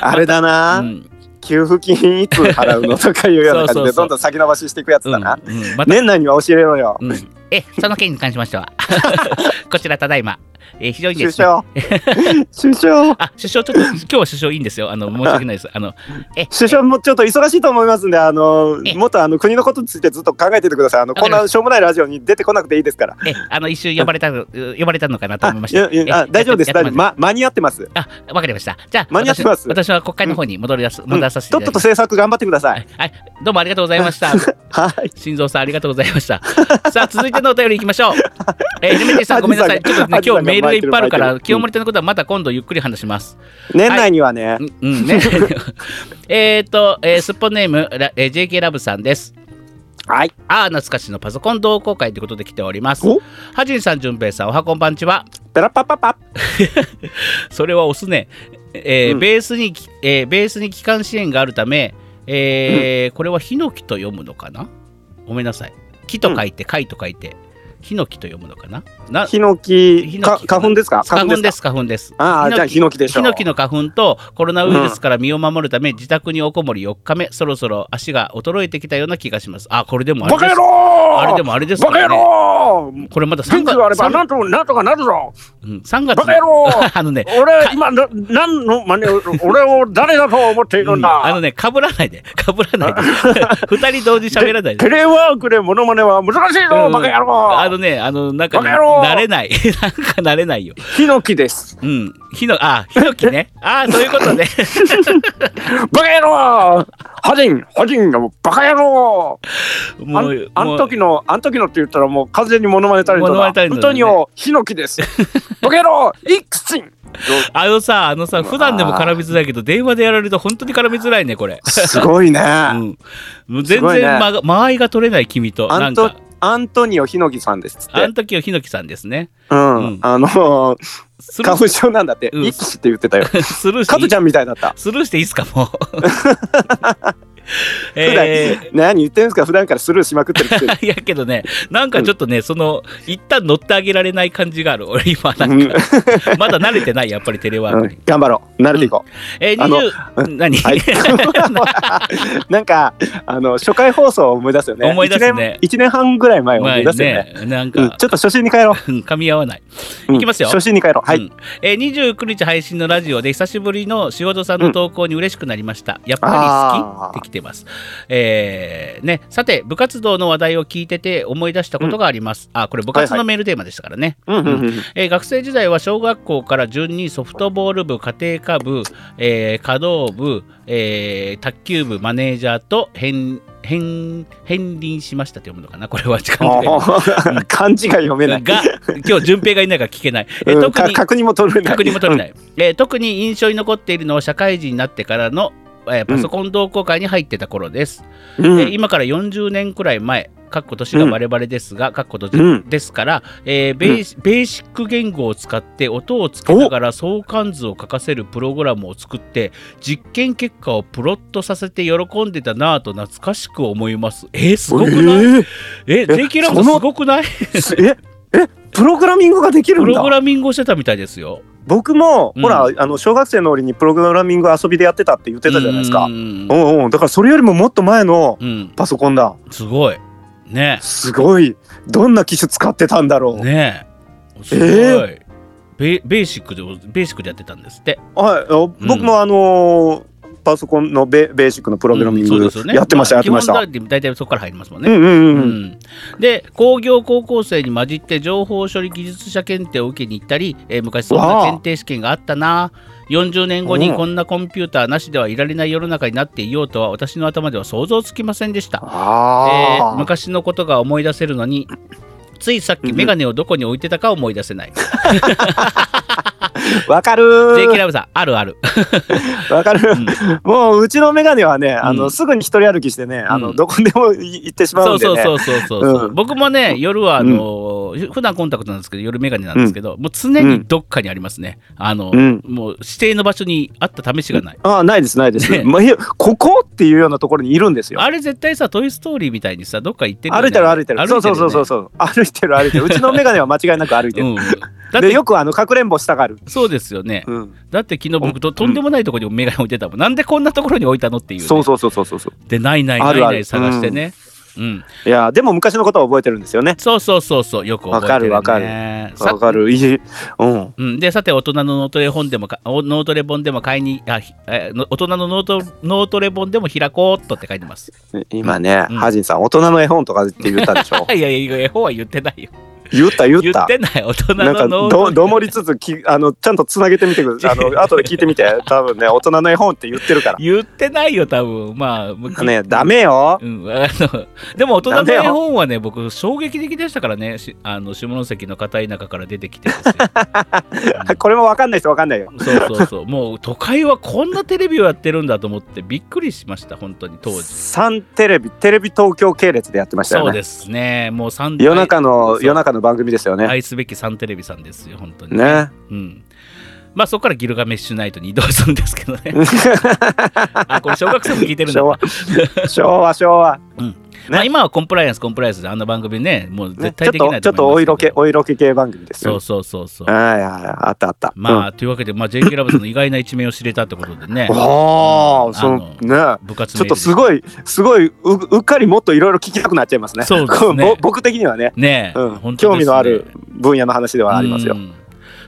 S2: あれだな、
S1: うん
S2: 給付金いつ払うのとかいうような
S1: そう
S2: 感じ
S1: そう
S2: で
S1: そう
S2: どんどん先延ばししていくやつ
S1: うんう
S2: だな。
S1: んまた
S2: 年内には教えろよ。
S1: うんえその件に関しましてはこちらただいま、えー非常にで
S2: 首
S1: すね、
S2: 相首相
S1: あ、首相、ちょっと、今日は首相いいんですよ。あの、申し訳ないです。あの、え、
S2: 首相もちょっと忙しいと思いますんで、あの
S1: ええ
S2: もっとあの国のことについてずっと考えててください。あの
S1: わか
S2: こ
S1: り
S2: ん
S1: ました
S2: なしょうもないラジオに出てこなくていいですから。
S1: え、あの、一瞬呼ばれたの、呼ばれたのかなと思いました。
S2: あいやいやあ
S1: え
S2: 大丈夫です。
S1: やって
S2: 大丈夫。
S1: ま
S2: ま間に合ってます。
S1: あ、わかりました。じゃあ、
S2: 間に合ってます
S1: 私私は国会の方に戻り出す、
S2: うん
S1: 戻ら
S2: と
S1: さ
S2: っ
S1: せてい
S2: と
S1: ただ
S2: と
S1: きます。
S2: 政策頑張ってください。
S1: はい、はいどうもありがとうございま した。
S2: はい。
S1: 心臓さんありがとうございました。 さあ続いてのお便りいきましょう。えー、エレメティさんごめんなさい。ちょっとね
S2: アジさ
S1: 今日メール
S2: んが
S1: がいっぱいあるから
S2: 巻いてる巻いてる
S1: 清盛とのことはまた今度ゆっくり話します。
S2: 年内にはね
S1: う、んうんね。 えっと、えー、すっぽんネームラ、えー、JK ラブさんです。
S2: はい。
S1: ああ懐かしのパソコン同好会ということで来ております
S2: お。
S1: はじんさんじゅんぺいさんおはこんばんちは。
S2: ペラッパッパッパ。
S1: それは押すね。えー
S2: うん
S1: ベースにき、えーベースに機関支援があるため、えーこれはヒノキと読むのかなごめんなさい。木と書いて、貝と書いて、ヒノキと読むのかなな
S2: ヒノキ
S1: ヒ、ノ
S2: か
S1: キ
S2: 花粉ですか？
S1: 花粉です
S2: か。
S1: す花粉です
S2: ああじゃあヒノキでしょう
S1: ヒノキの花粉とコロナウイルスから身を守るため、自宅におこもり4日目そろそろ足が衰えてきたような気がしますあこれでもあれ
S2: バカ
S1: で
S2: 野
S1: す
S2: 郎。
S1: あれでもあれです
S2: バ
S1: か
S2: カ野
S1: らね
S2: 郎。
S1: これまだ3
S2: 元気
S1: 月
S2: があれば
S1: 三
S2: なんとなんとかなるぞ。
S1: うん3月
S2: バカ野郎
S1: あのね
S2: 俺今な何の真似を俺を誰だと思っている
S1: うんん
S2: だ。
S1: あのね、かぶらないで、かぶらないで、2人同 時喋らないで
S2: テ。レワークでモノマネは難しいぞ、
S1: うん
S2: バカ野郎
S1: あのね、あの、なんかね、
S2: バカ野郎
S1: 慣れない。 なんか慣れないよ。
S2: ヒノキです
S1: うん。ヒノ、あ、ヒノキね。あそういうことね。
S2: バカ野郎ハジンハジンがもうバカ野郎 あ
S1: も
S2: ん
S1: う、
S2: あ
S1: も
S2: ん
S1: う
S2: 時のあん時のって言ったらもう完全にモノマネタレント
S1: モノマネタ
S2: だ
S1: レント
S2: 本
S1: だ
S2: 当
S1: ね
S2: によヒノキです バカ野郎イクチン
S1: あのさ、あのさ、普段でも絡みづらいけど、電話でやられると本当に絡みづらいね、これ。
S2: すごいね、
S1: うん、もう全
S2: すごい
S1: 然
S2: ね
S1: 間が、間合いが取れない君と、
S2: ア
S1: な
S2: ン
S1: ん
S2: ト
S1: か、
S2: アントニオヒノキさんですっつっ
S1: あ
S2: て
S1: の時はヒノキさんですね。
S2: うん、
S1: うん
S2: あのー
S1: スル
S2: 花
S1: ー
S2: 粉症なんだって、
S1: うん
S2: イクシって言ってたよ
S1: スルー
S2: カズ
S1: し
S2: ち
S1: てい
S2: ゃんみたいだった
S1: スルーしていいっすか、 もう。
S2: 普段、
S1: えー
S2: 何言ってんすか普段からスルーしまくってるって
S1: いやけどね、なんかちょっとね、その、一旦乗ってあげられない感じがある、俺今、 なんか、 まだ慣れてない、やっぱりテレワー
S2: う
S1: クに。
S2: ん頑張ろう慣れていこう、
S1: えー、
S2: あの
S1: 20、何、
S2: はいなんかあの初回放送を思い出すよね。
S1: 思い出すね
S2: 1年 ,1 年半ぐらい前を思い出すよね。
S1: 前ね、なん
S2: うん、
S1: か、
S2: ちょっと初心に帰ろ
S1: う
S2: う。
S1: ん噛み合わない。
S2: うん
S1: いきますよ
S2: 初心に帰ろう。はい。
S1: うんえー、29日配信のラジオで久しぶりの塩戸さんの投稿に嬉しくなりました、やっぱり
S2: あ
S1: 好き
S2: ー
S1: ってきてます、えーね、さて部活動の話題を聞いてて思い出したことがあります、あこれ部活
S2: はい
S1: の
S2: は
S1: メールテーマでしたからね、
S2: うんうんうん
S1: えー学生時代は小学校から順にソフトボール部家庭科部、えー華道部、えー卓球部マネージャーと変変変輪しましたって読むのかなこれは時間
S2: あ
S1: が
S2: ー 漢字が読めない。
S1: が今日順平がいないから聞けない、えー
S2: うん
S1: 特
S2: か
S1: に
S2: 確認も取れない。
S1: 確認も取れ
S2: ない。
S1: ない、えー特に印象に残っているのは社会人になってからの、えーパソコン同好会に入ってた頃です、
S2: うん
S1: えー今から40年くらい前かっこ年が我々ですが、かっこ年
S2: うん
S1: ですから、えーベーシベーシック言語を使って音をつけながら相関図を書かせるプログラムを作って実験結果をプロットさせて喜んでたなぁと懐かしく思いますえー、すごくないえー、JK ラブ
S2: その
S1: すごくない
S2: えーええプログラミングができる
S1: プ
S2: ん
S1: ログ
S2: だ
S1: ラミングをしてたみたいですよ
S2: 僕も、
S1: うん
S2: ほらあの小学生の折にプログラミング遊びでやってたって言ってたじゃないですか
S1: う。ん
S2: う、んうん、だからそれよりももっと前の
S1: うん、
S2: パソコンだ。
S1: すごいね
S2: すごい。どんな機種使ってたんだろう。
S1: ねえすごい、ベベーシックでベーシックでやってたんですって
S2: はい、あ僕もあのーパソコンのベベーシックのプログラミン
S1: うん
S2: グ、
S1: そうですよね
S2: やってました、
S1: あ
S2: やってました。
S1: 基
S2: う
S1: 本だって大体そこから入りますもんね、
S2: んうんうん。
S1: うんで工業高校生に混じって情報処理技術者検定を受けに行ったり、えー昔そん
S2: わ
S1: な
S2: あ
S1: 検定試験があったな40年後
S2: う
S1: に
S2: ん
S1: こんなコンピューターなしではいられない世の中になっていようとは私の頭では想像つきませんでしたえー
S2: ああ、
S1: 昔のことが思い出せるのについさっきメガネをどこに置いてたか思い出せない
S2: わかる
S1: JK
S2: ー。
S1: ラブさんある ある
S2: わかる、もううちのメガネはね、あ
S1: う
S2: の
S1: ん
S2: すぐに一人歩きしてね、あ
S1: う
S2: の
S1: ん
S2: どこでもい行ってしま
S1: そううん
S2: で
S1: そう
S2: ね。
S1: そうそうそうそう、
S2: うん
S1: 僕もね夜はあのー普段コンタクトなんですけど夜メガネなんですけど、もう常にどっかにありますねあの、
S2: うん
S1: もう指定の場所にあった試しがない、
S2: ああ、ないですないです。
S1: ね
S2: まあいやここっていうようなところにいるんですよ。
S1: あれ絶対さ「トイ・ストーリー」みたいにさどっか行ってるよ
S2: 歩
S1: ね
S2: いてる歩いてる。そうそ
S1: よ
S2: う
S1: ね
S2: そうそうそう。歩いてる歩いて る。うちのメガネは間違いなく歩いて
S1: う
S2: る。
S1: ん、だって
S2: でよくあのかくれんぼしたがる。
S1: そうですよね、
S2: うん。
S1: だって昨日僕ととんでもないところにメガネ置いてたもんなんでこんなところに置いたのっていうね、
S2: そうそうそうそうそう。
S1: でないない
S2: あ
S1: ない
S2: るあ
S1: な
S2: る
S1: い探してねうん、
S2: いやーでも昔のことは覚えてるんですよね
S1: そうそうそうそうよく覚えてる、ね、
S2: わかる
S1: さ
S2: わかるいいうん
S1: うん、でさて大人の脳トレ本でもかお脳トレ本でも買いにあひえーの大人の脳ト脳トレ本でも開こうっとって書いてます。
S2: 今ね、
S1: うん
S2: ハジンさん大人の絵本とかって言ったでしょ
S1: いやいや絵 本は言ってないよ。
S2: 言った言
S1: 言
S2: った
S1: ってない大人
S2: なんか
S1: の脳ト
S2: どどもりつつきあのちゃんとつなげてみてく ださいあの後で聞いてみて多分ね大人の絵本って言ってるか
S1: レ言ってないよ多分まあむ
S2: らねダメよ
S1: うん、あのでも大人
S2: なん
S1: の
S2: でよ
S1: 絵本はね僕衝撃的でしたからねしあの下関の片田舎から出てきてです よ
S2: これもわかんない人わかんないよ
S1: そうそうそうもう都会はこんなテレビをやってるんだと思ってびっくりしました本当に当時
S2: サンテレビテレビ東京系列でやってました
S1: そう
S2: よね
S1: ですねもう3
S2: 夜中の
S1: そう
S2: 夜中の番組ですよね
S1: 愛すべきサンテレビさんですよ本当に
S2: ね
S1: うんまあそこからギルガメッシュナイトに移動するんですけど ねあこれ小学生も聞いてるんだ
S2: 昭和昭和昭和
S1: まあ、今はコンプライアンスコンプライアンスであんな番組ねもう
S2: ね
S1: 絶
S2: ちょ
S1: 対
S2: っ
S1: できな
S2: と
S1: い
S2: ち
S1: と
S2: ょっと
S1: 思
S2: お
S1: います
S2: 色
S1: け
S2: 気
S1: ど
S2: お色気系番組です
S1: そ
S2: よ
S1: うそうそうそう
S2: はいはいはいあったあった
S1: まあ、というわけで、まあ、JK ラブズの意外な一面を知れたってことでね
S2: うん おーそのね
S1: 部活
S2: ち
S1: の
S2: ょっとす
S1: い
S2: ごいすごいううっかりもっといろいろ聞きたくなっちゃいますね。
S1: そうですね
S2: ぼ僕的にはね、
S1: ねえ、
S2: うん
S1: 本当ですね
S2: 興味のある分野の話ではありますよ
S1: う。ん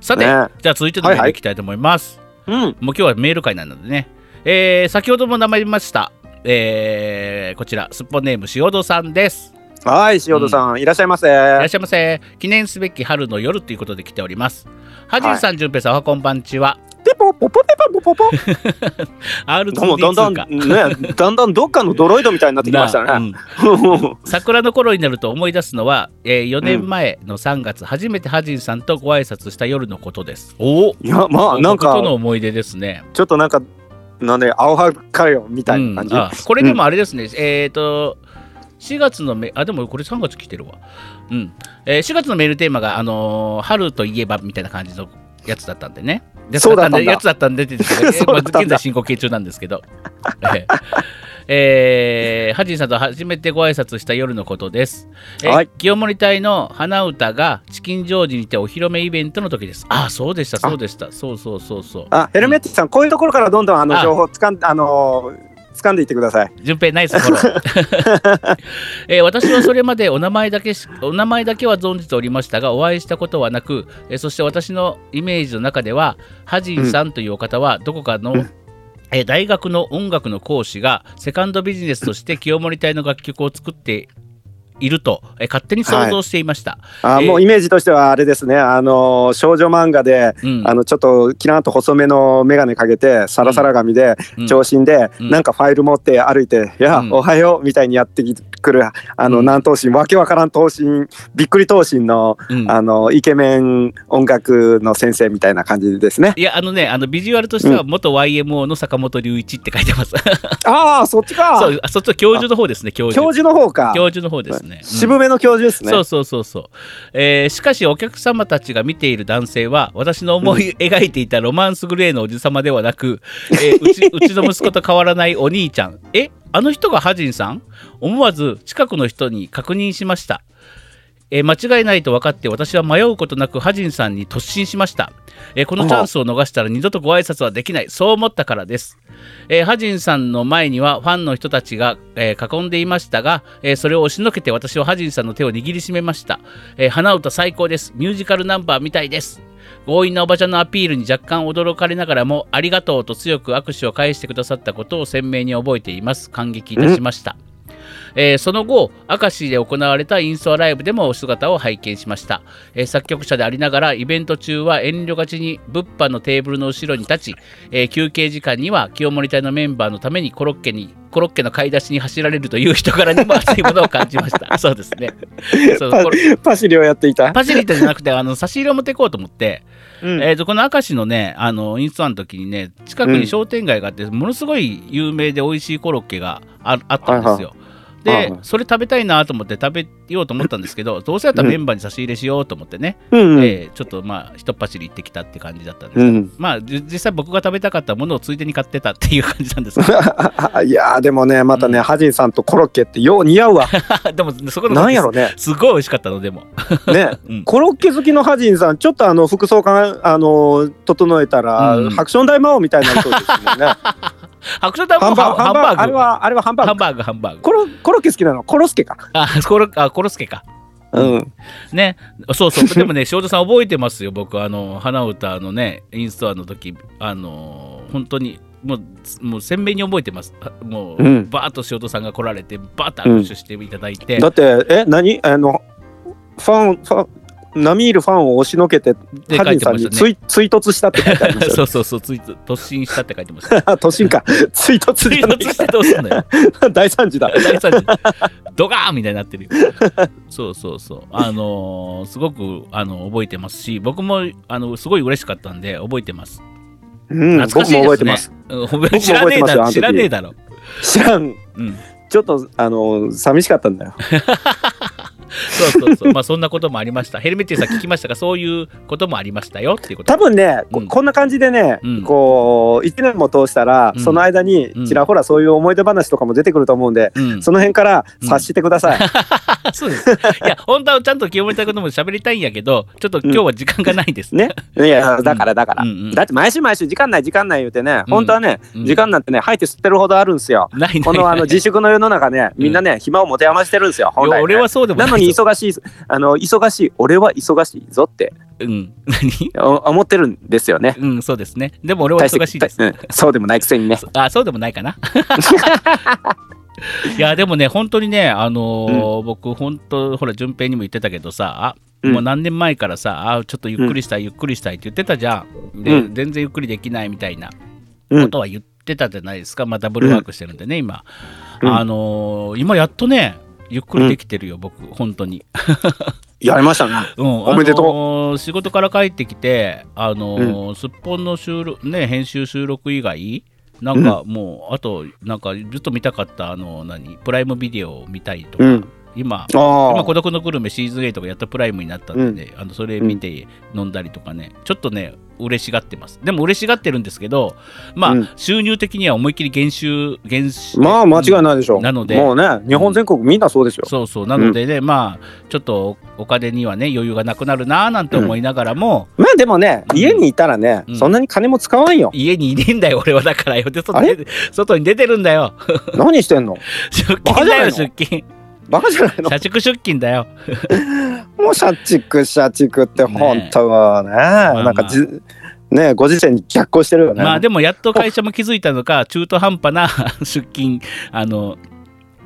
S1: さて、
S2: ね
S1: じゃあ続いてのメールいきたいと思います、
S2: うん、
S1: もう今日はメール会なのでね、えー先ほども名前りました、えーこちらすっぽんネーム塩戸さんです
S2: はい塩田さん、いらっしゃいませ。
S1: いらっしゃいませ記念すべき春の夜ということで来ておりますはじんさん、じゅんぺいさんおはこんばんちは
S2: ペポポポペポポポ ポ。どうもだんだ
S1: R2D2
S2: ん
S1: か
S2: ねだんだんどっかのドロイドみたいになってきました
S1: なう
S2: ね。
S1: ん桜の頃になると思い出すのは、え4年前の3月、初めてハジンさんとご挨拶した夜のことです。おお
S2: いやまあな
S1: との
S2: んか
S1: 思い出ですね。
S2: ちょっとなんかなんで青はかよみたいな感じ。
S1: うんあこれでもあれですね、えっ、と4月のめあでもこれ3月来てるわ、うんえー4月のメールテーマが、あのー春といえばみたいな感じのやつだったんでねやつ
S2: そうだったんだ
S1: でやつだったんでって言ってたけ
S2: そう
S1: ど、
S2: だ
S1: ま
S2: っ
S1: あ
S2: たんだ
S1: 現在進行形中なんですけど えーえーハジンさんと初めてご挨拶した夜のことです、えー
S2: はい
S1: 清盛隊の花歌がチキンジョージにてお披露目イベントの時ですああそうでしたそうでしたそうそうそうそう
S2: あヘルメットさんこういうところからどんどんあの
S1: あ
S2: 情報つかんあの掴んでいってください。
S1: 順平ナイスフォロー、 えー私はそれまでお名前だけしお名前だけは存じておりましたがお会いしたことはなく、えーそして私のイメージの中ではハジンさんというお方はどこかの、えー大学の音楽の講師がセカンドビジネスとして清盛隊の楽曲を作っていると、えー勝手に想像していました。
S2: あ
S1: えー
S2: もうイメージとしてはあれですねあの少女漫画で。
S1: うん
S2: あのちょっとキラーンと細めの眼鏡かけてサラサラ髪で
S1: うん
S2: 長身で
S1: うん
S2: なんかファイル持って歩いて「いや
S1: うん
S2: おはよう」みたいにやってくるあ
S1: う
S2: の
S1: ん
S2: 何頭身わけわからん頭身びっくり頭身の
S1: うん
S2: あのイケメン音楽の先生みたいな感じですね。
S1: いやあのねあのビジュアルとしては元 YMO の坂本龍一って書いてます。
S2: ああそっち
S1: そ
S2: か
S1: うあそっちの教授の方ですね教授
S2: 教授の方か
S1: 教授の方ですね。うん
S2: 渋めの教授ですね。
S1: そうそうそうそう、えーしかしお客様たちが見ている男性は私の思い描いていたロマンスグレーのおじさまではなく、えーう ちうちの息子と変わらないお兄ちゃんえあの人がハジンさん思わず近くの人に確認しました、えー間違いないと分かって私は迷うことなくハジンさんに突進しました、えーこのチャンスを逃したら二度とご挨拶はできないそう思ったからですえーハジンさんの前にはファンの人たちが、えー囲んでいましたが、えーそれを押しのけて私はハジンさんの手を握りしめました、えー花歌最高ですミュージカルナンバーみたいです強引なおばちゃんのアピールに若干驚かれながらもありがとうと強く握手を返してくださったことを鮮明に覚えています感激いたしましたえーその後、明石で行われたインストアライブでもお姿を拝見しました、えー作曲者でありながら、イベント中は遠慮がちに物販のテーブルの後ろに立ち、えー休憩時間には清盛隊のメンバーのためにコロッケに、コロッケの買い出しに走られるという人柄にも熱いものを感じました。そうですね。そう
S2: パ
S1: これ
S2: パシリをやっていた。
S1: パシリットじゃなくて、あの、差し入れを持っていこうと思って、
S2: うん
S1: えー、とこの明石のねあのインスタの時にね近くに商店街があって、ものすごい有名で美味しいコロッケがああったんですよ。で、
S2: はいはい
S1: それ食べたいなと思って食べようと思ったんですけどどうせやったらメンバーに差し入れしようと思ってね、
S2: うんうん
S1: えーちょっとまあひとっ走り行ってきたって感じだったんです、
S2: うん
S1: まあじ実際僕が食べたかったものをついでに買ってたっていう感じなん ですけ
S2: あいやーでもねまたね、
S1: うん
S2: ハジンさんとコロッケってよう似合 うわ
S1: どでもそこの
S2: なんやろね
S1: すごい美味しかったのでも、
S2: ね、
S1: うん
S2: コロッケ好きのハジンさんちょっとあの服装かあの整えたら、
S1: うん
S2: ハクション大魔王みたいになりそうですよね
S1: 白鳥
S2: ハ
S1: 団
S2: ン
S1: 子
S2: バーグ、ハンバーグ。あれ
S1: ハ
S2: は、あれはハンバー
S1: ン
S2: グ。
S1: バーグ、ハンバーグ。
S2: コロコロッケ好きなのコロスケか。
S1: あ、コロあコロスケか。
S2: うん。
S1: ね、そう そう、でもね、塩田さん覚えてますよ、僕、あの、花歌のね、インストアの時あの、本当に、もう、もう鮮明に覚えてます。あもう、
S2: うん
S1: バーッと塩田さんが来られて、バーッと握手していただいて、
S2: だって、え、何あの、ファン、ファン、ナミールファンを押しのけて、
S1: で
S2: ハ
S1: 書
S2: ジ
S1: い
S2: ン
S1: て
S2: さん
S1: まし
S2: に
S1: たね。
S2: 追追突したって書いて ありました
S1: そ
S2: よ
S1: うそうそう、つい突進したって書いてま した。
S2: 都心か。追突
S1: 追
S2: じゃない
S1: 突してどうすんのよ。
S2: か。 大惨事だ。
S1: 大惨事ドガーンみたいになってるよ。そうそうそう。あのーすごくあの覚えてますし、僕もあのすごい嬉しかったんで覚えてます。
S2: うん、
S1: 懐か
S2: 僕
S1: しい
S2: も
S1: で
S2: 覚え
S1: す
S2: て
S1: ね
S2: ます。。
S1: うん覚え知らねえだ
S2: 僕も覚えて
S1: ろ。
S2: ますよあの時
S1: 知らねえだろ。
S2: 知らん。
S1: うん。
S2: ちょっと、あの、寂しかったんだよ。
S1: そうそうそう。まあそんなこともありました。ヘルメッティさん聞きましたが、そういうこともありましたよっていうこと。
S2: 多分ね、こ
S1: うん
S2: こんな感じでね、
S1: うん
S2: こう1年も通したら、
S1: うん
S2: その間に
S1: うん
S2: ちらほらそういう思い出話とかも出てくると思うんで、
S1: うん、
S2: その辺から
S1: うん
S2: 察してください、
S1: そうです。いや、本当はちゃんと清盛たいことも喋りたいんやけど、ちょっと今日は時間がないです。
S2: ねいやだからだから、
S1: うんうん
S2: だって毎週毎週時間ない時間ない言うてね、
S1: うん
S2: 本当はね、
S1: うん
S2: 時間なんてね入って吸ってるほどあるんですよ、
S1: ないないない。
S2: このあの自粛の世の中ねみんなね、暇を持て余してるんですよ本
S1: い
S2: 来
S1: や
S2: ね
S1: 俺はそうでもな
S2: ない
S1: ぞ
S2: のに忙しいあの忙しい俺は忙しいぞって
S1: うん。何
S2: お思ってるんですよね
S1: うん、そうですね。でも俺は
S2: 大して
S1: 忙しいです。
S2: うん、そうでもないくせにね
S1: あ、そうでもないか な。いや、でもね、本当にね、あのー僕、本当、ほら、順平にも言ってたけどさ、
S2: うん
S1: もう何年前からさ、あちょっとゆっくりしたい、ゆっくりしたいって言ってたじゃん。で、
S2: うん
S1: 全然ゆっくりできないみたいな
S2: う
S1: こ
S2: ん
S1: とは言ってたじゃないですか。まあ、ダブルワークしてるんでね、今。
S2: うん
S1: あのー今、やっとね、ゆっくりできてるよ、僕、本当に。
S2: やりましたね
S1: うん、
S2: おめでとう
S1: あのー仕事から帰ってきて、あのーすっぽんの収録、ね、編集収録以外、なんかもう、あと、なんかずっと見たかった、あの何、プライムビデオを見たりとか、
S2: うん
S1: 今、
S2: あ
S1: 今
S2: あ
S1: 孤独のグルメシーズン8がやっとプライムになったんで、ねあのそれ見て飲んだりとかね、ちょっとね、嬉しがってます。でも嬉しがってるんですけど、まあ、
S2: うん
S1: 収入的には思いっきり減収、減収。
S2: まあ間違いないでしょう、
S1: なので
S2: もうね日本全国みんなそうですよ、
S1: そうそうなのでね、まあちょっとお金にはね余裕がなくなるなーなんて思いながらも、
S2: まあでもね
S1: うん
S2: 家にいたらね、
S1: うん
S2: そんなに金も使わんよ
S1: 家にいねえんだよ俺はだからよで外
S2: あ
S1: に
S2: れ
S1: 出て外に出てるんだよ
S2: 何してんの
S1: 出
S2: バカ
S1: 勤
S2: じ
S1: だ
S2: ゃない
S1: よ
S2: の
S1: 出勤
S2: バカじゃないの
S1: 社畜出勤だよ
S2: もう社畜社畜って本当はね
S1: まあ
S2: なんかじねご時世に逆行してるよね、
S1: まあでもやっと会社も気づいたのか中途半端な 出勤あの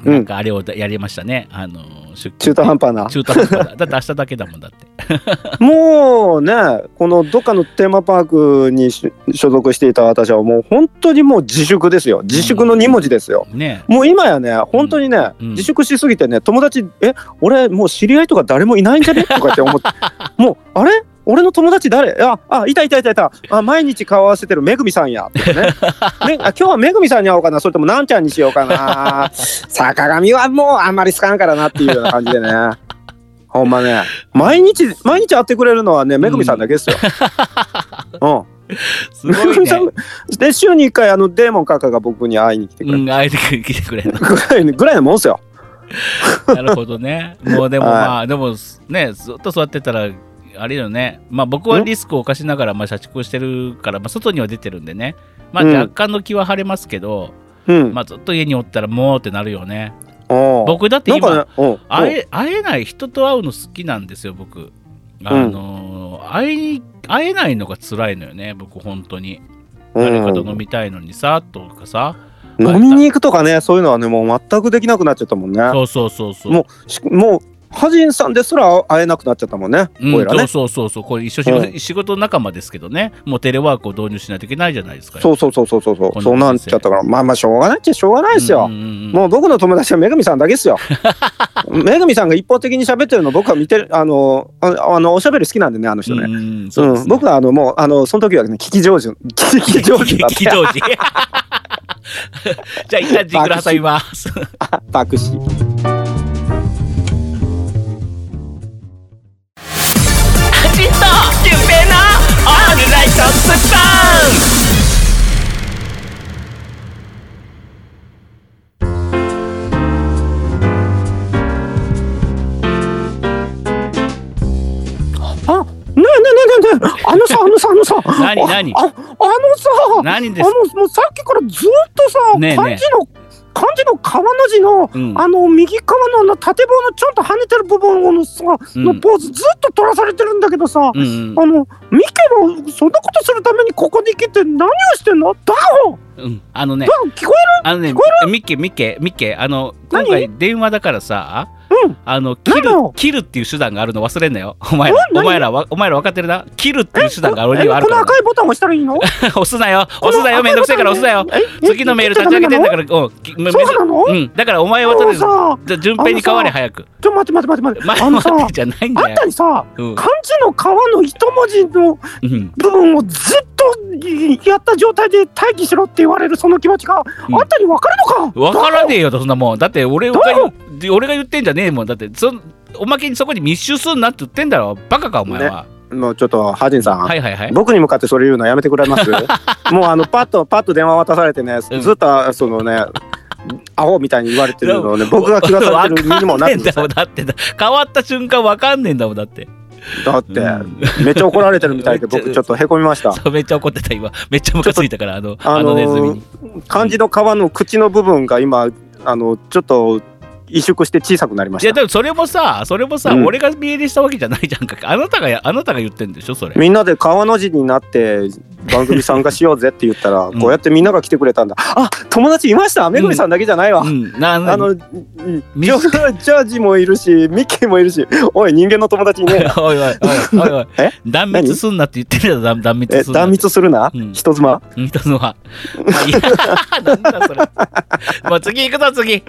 S2: うん
S1: なんかあれをやりましたね、あの出勤
S2: 中途半端な
S1: 中途半端だだって明日だけだもんだって
S2: もうねこのどっかのテーマパークにし所属していた私はもう本当にもう自粛ですよ自粛の2文字ですよ、
S1: ね
S2: もう今やね本当にね、
S1: うん
S2: 自粛しすぎてね友達「え俺もう知り合いとか誰もいないんじゃね?」とかって思 ってもう「あれ俺の友達誰ああいたいたいたいたあ毎日顔合わせてるめぐみさんや」とかねねあ「今日はめぐみさんに会おうかなそれともなんちゃんにしようか な坂上はもうあんまり好かんからな」っていうような感じでね。ほんまね毎日毎日会ってくれるのはねめぐみさんだけですよ。うん
S1: すごい
S2: めぐみ
S1: ね
S2: さん で週に1回あのデーモンカカが僕に会いに来てく
S1: う
S2: れる
S1: んあえて来てくれる
S2: ぐらいぐらいのもんですよ。
S1: なるほどね。もうでも
S2: はい
S1: まあ、でもね、ずっと座ってたら、あれよね。まあ僕は
S2: ん
S1: リスクを冒しながら、まあ社畜をしてるから、まあ外には出てるんでね。まあ
S2: うん
S1: 若干の気は晴れますけど、
S2: うん。
S1: まあずっと家におったらもうってなるよね。
S2: おう
S1: 僕だって
S2: なん
S1: 今、
S2: かね、うん
S1: 会え会えない人と会うの好きなんですよ、僕。あのー会いに会えないのが辛いのよね、僕、本当に。
S2: うん
S1: 誰かと飲みたいのにさ、とかさ。
S2: 飲みに行くとかね、そういうのはね、もう全くできなくなっちゃったもんね。
S1: そうそうそうそう。
S2: もうし、もう、ハジンさんですら会えなくなっちゃったもんね。
S1: うん
S2: 俺らね。
S1: そうそうそうそう、これ一緒仕事,、
S2: う
S1: 仕事仲間ですけどね、もうテレワークを導入しないといけないじゃないですか。
S2: そうそうそうそうそうそ
S1: こん
S2: う。
S1: な
S2: そうなっちゃったから、まあまあ、しょうがないっちゃしょうがないですよ。
S1: うんうんうん
S2: もう僕の友達はめぐみさんだけですよ。 めぐみさんが一方的に喋ってるの僕は見てるあのああのおしゃべり好きなんでねあの人ね。
S1: う
S2: うん
S1: んうんそうですね
S2: 僕はあのもうあのその時はね聞き上手聞き 上手だっ
S1: 聞き上 手じゃあ一旦ジングル挟みます。
S2: たタクシー。
S3: チッとキュンペイのオールライトスッポン
S2: あねえねえねえねえあのさあのさあののさ、
S1: 何
S2: あ
S1: 何
S2: ああのさ、
S1: 何で
S2: あ
S1: す
S2: のもうさっきからずっとさ、
S1: ねえね
S2: 漢
S1: え
S2: 字の漢字の川の字の、
S1: うん
S2: あの右側のあの縦棒のちょんと跳ねてる部分のさ、
S1: うん
S2: のポーズずっと取らされてるんだけどさ、
S1: うんうん
S2: あのミケはそんなことするためにここに来て何をしてんの？ダホ、
S1: うん、あのね
S2: ダ、ホ聞こ
S1: あのね
S2: 聞こ、
S1: ミッケ、ミッケ、ミッケ、あの、今
S2: 何
S1: 回電話だからさ、
S2: える？うん。
S1: あの、切る
S2: 何を、
S1: 切るっていう手段があるの忘れんなよ。お前
S2: え
S1: ら、お
S2: 何
S1: 前らわ、お前ら分かってるな。切るっていう手段が俺にはあ
S2: え
S1: る
S2: こ
S1: か
S2: の
S1: らな。
S2: 赤いボタン押したらいい の？
S1: 押すなよ、押すなよ、めんどくせえから押すなよ。次のメール立ち上げてんだか
S2: ら。
S1: ら、うんき、めめ
S2: そうなの？
S1: うん、だからお前は
S2: あ
S1: とりあ
S2: の
S1: えず、
S2: さ、
S1: じゃあ順平に変われ、早く。
S2: ちょっと待って待って待って待っ
S1: 前
S2: て。あの さ
S1: 待って、じゃないん
S2: あ
S1: だ
S2: ん
S1: よ
S2: た。にさ、
S1: うん
S2: 漢字の川の一文字の
S1: うん、
S2: 部分をずっとやった状態で待機しろって言われるその気持ちが、
S1: うん
S2: あんたに分かるのか
S1: わからね
S2: え
S1: えよとそんなもんだって俺が
S2: どういう
S1: 言う俺が言ってんじゃねえもんだってそんおまけにそこに密集すんなって言ってんだろバカかお前は、
S2: もうちょっとハジンさん、
S1: はいはいはい
S2: 僕に向かってそれ言うのやめてくれます もうあのパッとパッと電話渡されてね
S1: うん
S2: ずっとそのねアホみたいに言われてるのをね僕が気がされてる身にも
S1: わ
S2: なっ
S1: か
S2: て
S1: んね
S2: る
S1: えんだもんだって変わった瞬 間わかんねえんだもんだって
S2: だって、
S1: うん
S2: めっちゃ怒られてるみたいで
S1: めっち
S2: 僕
S1: ゃ
S2: ちょっとへこみました
S1: そうめっちゃ怒ってた今めっちゃムカついたからあのあ
S2: あ
S1: の
S2: のー
S1: ネズミに
S2: 漢字の皮の口の部分が今あのちょっと萎縮して小さくなりま
S1: い
S2: し
S1: や
S2: た
S1: でもそれもさそれもさ、
S2: うん
S1: 俺が見入りしたわけじゃないじゃんかあなたがあなたが言ってんでしょそれ
S2: みんなで川の字になって番組参加しようぜって言ったら、
S1: ん
S2: こうやってみんなが来てくれたんだあ友達いましためぐみさんだけじゃないわ、
S1: うんな
S2: あのジ
S1: み
S2: ョ ジャージもいるしミッキーもいるしおい人間の友達 いねえな
S1: おいおいおいおいおい
S2: え
S1: 断密すんなって言ってるやろ断断密
S2: え
S1: すんなって
S2: 断密するな、
S1: うん
S2: 人妻
S1: 見た のは。まあ、いいやなんだそれ。もう次行くぞ、次。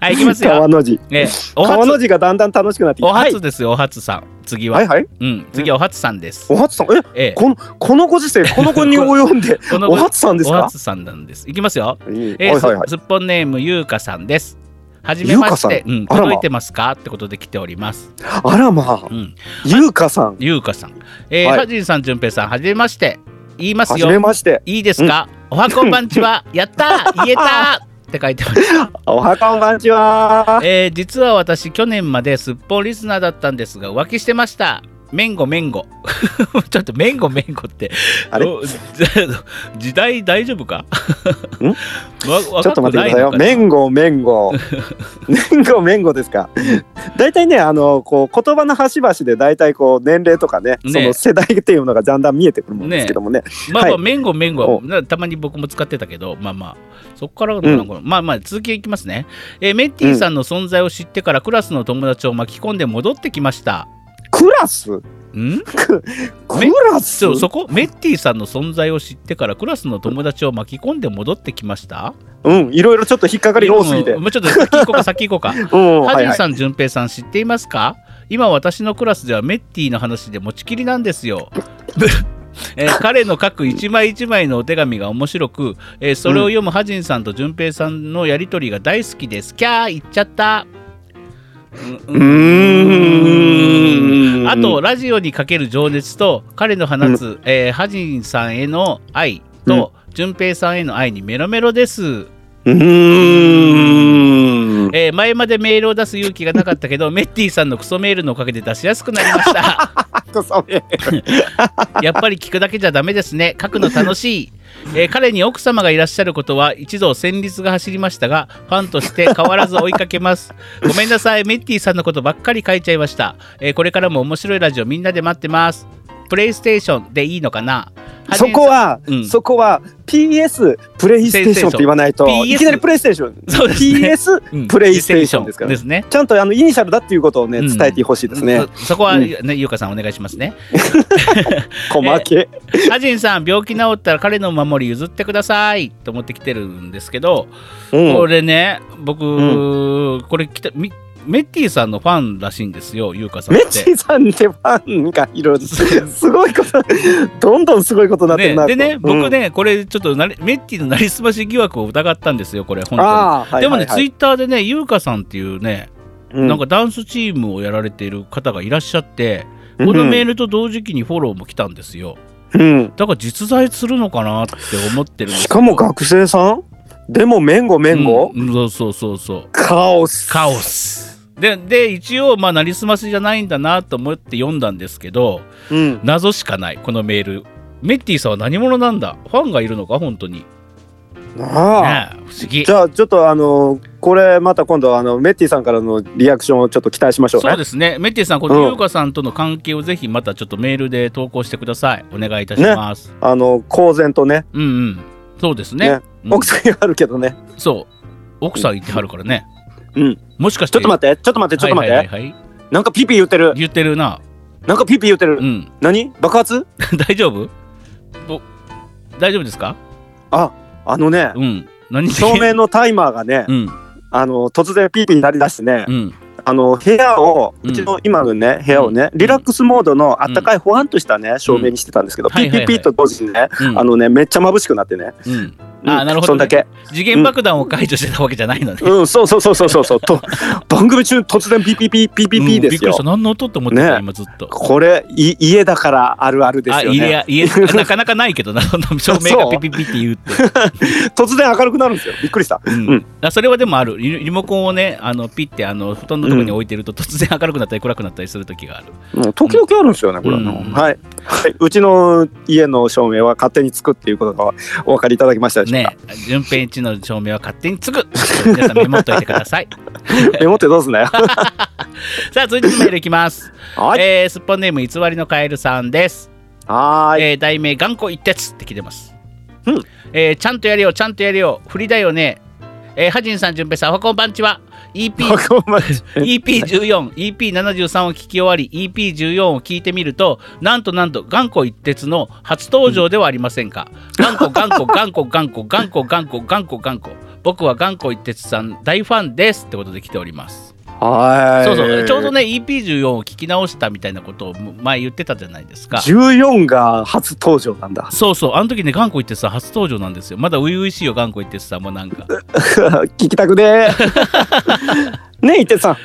S1: はい、行きますよ。
S2: 川の字
S1: え、お
S2: 川の
S1: はつ、
S2: 字がだんだん楽しくなってき
S1: お
S2: た
S1: はつですよ、おはつさん。次は。
S2: はいはいはい
S1: うん、次はおはつさんです
S2: お。はつさんえ
S1: ええ、
S2: このこのご時世この子に及んで
S1: この
S2: おはつさんです
S1: おは
S2: か
S1: つさんなんです。行きますよ。
S2: いい
S1: え
S2: は
S1: ー、
S2: いはいはい
S1: すすっぽんネームゆうかさんです。はじめまし
S2: ゆ
S1: て、うん、
S2: あらま
S1: 届いてますかってことで来ております。
S2: あらまあ
S1: うん、
S2: ゆうかさん
S1: ゆうかさん。えー、
S2: はい
S1: はじんさん、じゅんぺいさん、はじめまして。言いま
S2: は
S1: す
S2: じめ
S1: よ。
S2: まして
S1: いいですか、おはこんばんち は。やったー言えたーって書いてます。
S2: おはこんばんちは
S1: えー実は私去年まですっぽんリスナーだったんですが浮気してましためんごめんご ちょっとめんごめんごって
S2: あれ
S1: お時代大丈夫か
S2: ん
S1: わ
S2: ちょっと待ってくださいよ。
S1: 若くな
S2: メ
S1: のか
S2: ンゴメンゴ。 メンゴメンゴですか。大体ね、あの、こう、言葉の端々で大体こう、年齢とかね、
S1: ね
S2: その世代っていうのがだんだん見えてくるもんですけどもね。
S1: まあま
S2: は
S1: あ
S2: い
S1: めんごめんご
S2: お
S1: なたまに僕も使ってたけどまあまあそこからのまあまあ続きいきますね、えーメッティさんの存在を知ってからクラスの友達を巻き込んで戻ってきました
S2: クラス
S1: ん
S2: クラス
S1: そうそこメッティさんの存在を知ってからクラスの友達を巻き込んで戻ってきました
S2: うん、いろいろちょっと引っかかりが多すぎて。うん、
S1: もうちょっと先行こうか、先行こうか。
S2: は
S1: ハ
S2: い
S1: ジン
S2: はい。
S1: さん、淳平さん、知っていますか今、私のクラスではメッティの話で持ちきりなんです よ。えー彼の書く一枚一枚のお手紙が面白く、えーそれを読むハジンさんと淳平さんのやりとりが大好きです。キャー言っちゃった。
S2: うーん。
S1: あと、、ラジオにかける情熱と、彼の放つ、えーハジンさんへの愛と、淳平さんへの愛にメロメロです。
S2: うーん。
S1: えー前までメールを出す勇気がなかったけどメッティさんのクソメールのおかげで出しやすくなりました
S2: クソめ
S1: やっぱり聞くだけじゃダメですね書くの楽しい、えー彼に奥様がいらっしゃることは一度戦慄が走りましたがファンとして変わらず追いかけますごめんなさいメッティさんのことばっかり書いちゃいました、えーこれからも面白いラジオみんなで待ってますプレイステーションでいいのかな
S2: そこは、
S1: うん
S2: そこは PS プレイステーションって言わないと
S1: PS
S2: いきなりプレイステーション、
S1: そうですね
S2: PS プレイステーションですから、
S1: ですね
S2: ちゃんとあのイニシャルだっていうことをね、
S1: うん
S2: 伝えてほしいですね、
S1: そそこは、
S2: う
S1: ねゆうかさんお願いしますね
S2: 細け、
S1: ハジンさん病気治ったら彼の守り譲ってくださいと思ってきてるんですけど、これね僕、これ来たみメッティさんのファンらしいんですよ優香
S2: う
S1: さ
S2: ん、
S1: んっ
S2: メ
S1: て
S2: ッチさんってファンがいるすごいことどんどんすごいことになってるな
S1: ね、でね
S2: と
S1: 僕、ね、これちょっとなりメッティのなりすまし疑惑を疑ったんですよこれ
S2: う
S1: 本当
S2: ん、
S1: に。
S2: ああ、はい
S1: でも
S2: はい
S1: ね、
S2: は
S1: ツイ
S2: い
S1: ッターでね、優香さんっていうね、
S2: うん
S1: なんかダンスチームをやられている方がいらっしゃって、
S2: うん
S1: このメールと同時期にフォローも来たんですよ。
S2: うん、
S1: だから実在するのかなって思ってるんです
S2: し
S1: けど
S2: かも学生さんでもメンゴメンゴ、
S1: うんそうそうそうそう。
S2: カオス
S1: カオス。でで一応まあなりすましじゃないんだなと思って読んだんですけど
S2: うん。
S1: 謎しかないこのメールメッティさんは何者なんだファンがいるのか本当に、ねえ、
S2: なあ。
S1: 不思議
S2: じゃあちょっとあのこれまた今度あのメッティさんからのリアクションをちょっと期待しましょうね。
S1: そうですねメッティさんこ
S2: う
S1: の
S2: ん
S1: 優香さんとの関係をぜひまたちょっとメールで投稿してくださいお願いいたします、
S2: あの公然とね、
S1: うんうんそうですね
S2: ね
S1: うん
S2: 奥さんがあるけどね。
S1: そう奥さん言ってはるからね
S2: うん。
S1: もしかし
S2: ち
S1: て
S2: ょっと待って、ちょっと待って、ちょっと待って。
S1: はいはいはいはい
S2: なんかピーピー言ってる。
S1: 言ってるな
S2: なんかピーピー言ってる。
S1: うん
S2: 何？爆発？
S1: 大丈夫お大丈夫ですか
S2: あ、あのね、
S1: うん何で
S2: 照明のタイマーがね、
S1: うん
S2: あの突然ピーピーになりだしてね、
S1: うん
S2: あの部屋を
S1: うん
S2: うちの今のね部屋をね、
S1: うん
S2: リラックスモードのあったかいほわんとしたね照明にしてたんですけど、
S1: うん
S2: ピーピーピーと同時にね、
S1: うん
S2: あのねめっちゃ眩しくなってね。
S1: うん
S2: うん
S1: あなるほどね
S2: そんだけ。
S1: 次元爆弾を解除してたわけじゃないのね
S2: うん、そうそうそうそうそうそう。と 番組中突然ピーピーピーピーピーピー
S1: うん
S2: で
S1: びっ
S2: す
S1: くり
S2: よ
S1: した。何の音って思ってた
S2: ね
S1: 今ずっと
S2: これい家だからあるあるですよね。
S1: あ、家、 家、なかなかないけどな、そんな照明がピピピって言うって。
S2: 突然明るくなるんですよ。びっくりした。
S1: うん
S2: うん
S1: あそれはでもある。リリモコンをね、あのピってあの布団のところに置いてると、突然明るくなったり暗くなったりする時がある。
S2: もう時々あるんですよね、これ、
S1: うん
S2: はい、 はい。うちの家の照明は勝手につくっていうことがお分かりいただきましたでしょうか。
S1: ねえ、順平んちの照明は勝手につく。 皆さんメモっといてください。
S2: メモってどうす んだよ。
S1: さあ、続いてのメールいきます。
S2: はい。
S1: えー、すっぽんネーム偽りのカエルさんです。
S2: はーい。
S1: えー題名頑固一徹って来てます。
S2: うん
S1: えーちゃんとやれよ、ちゃんとやれよ、振りだよね。えー、ハジンさん、順平さん、おはこんばんちは。EP
S2: ここまで
S1: EP14、EP73 を聞き終わり、EP14 を聞いてみると、なんとなんと、頑固一徹の初登場ではありませんか。頑固、頑固、頑固、頑固、頑固、頑固、頑固、頑固。僕は頑固一徹さん大ファンですってことで来ております。
S2: はーい。
S1: そうそう、ちょうどね、EP14 を聞き直したみたいなことを前言ってたじゃないですか。
S2: 14が初登場なんだ
S1: そうそう、あの時ね、頑固一徹さん初登場なんですよ。まだ初々しいよ、頑固一徹さんもなんか。
S2: 聞きたくね えねえ一徹さん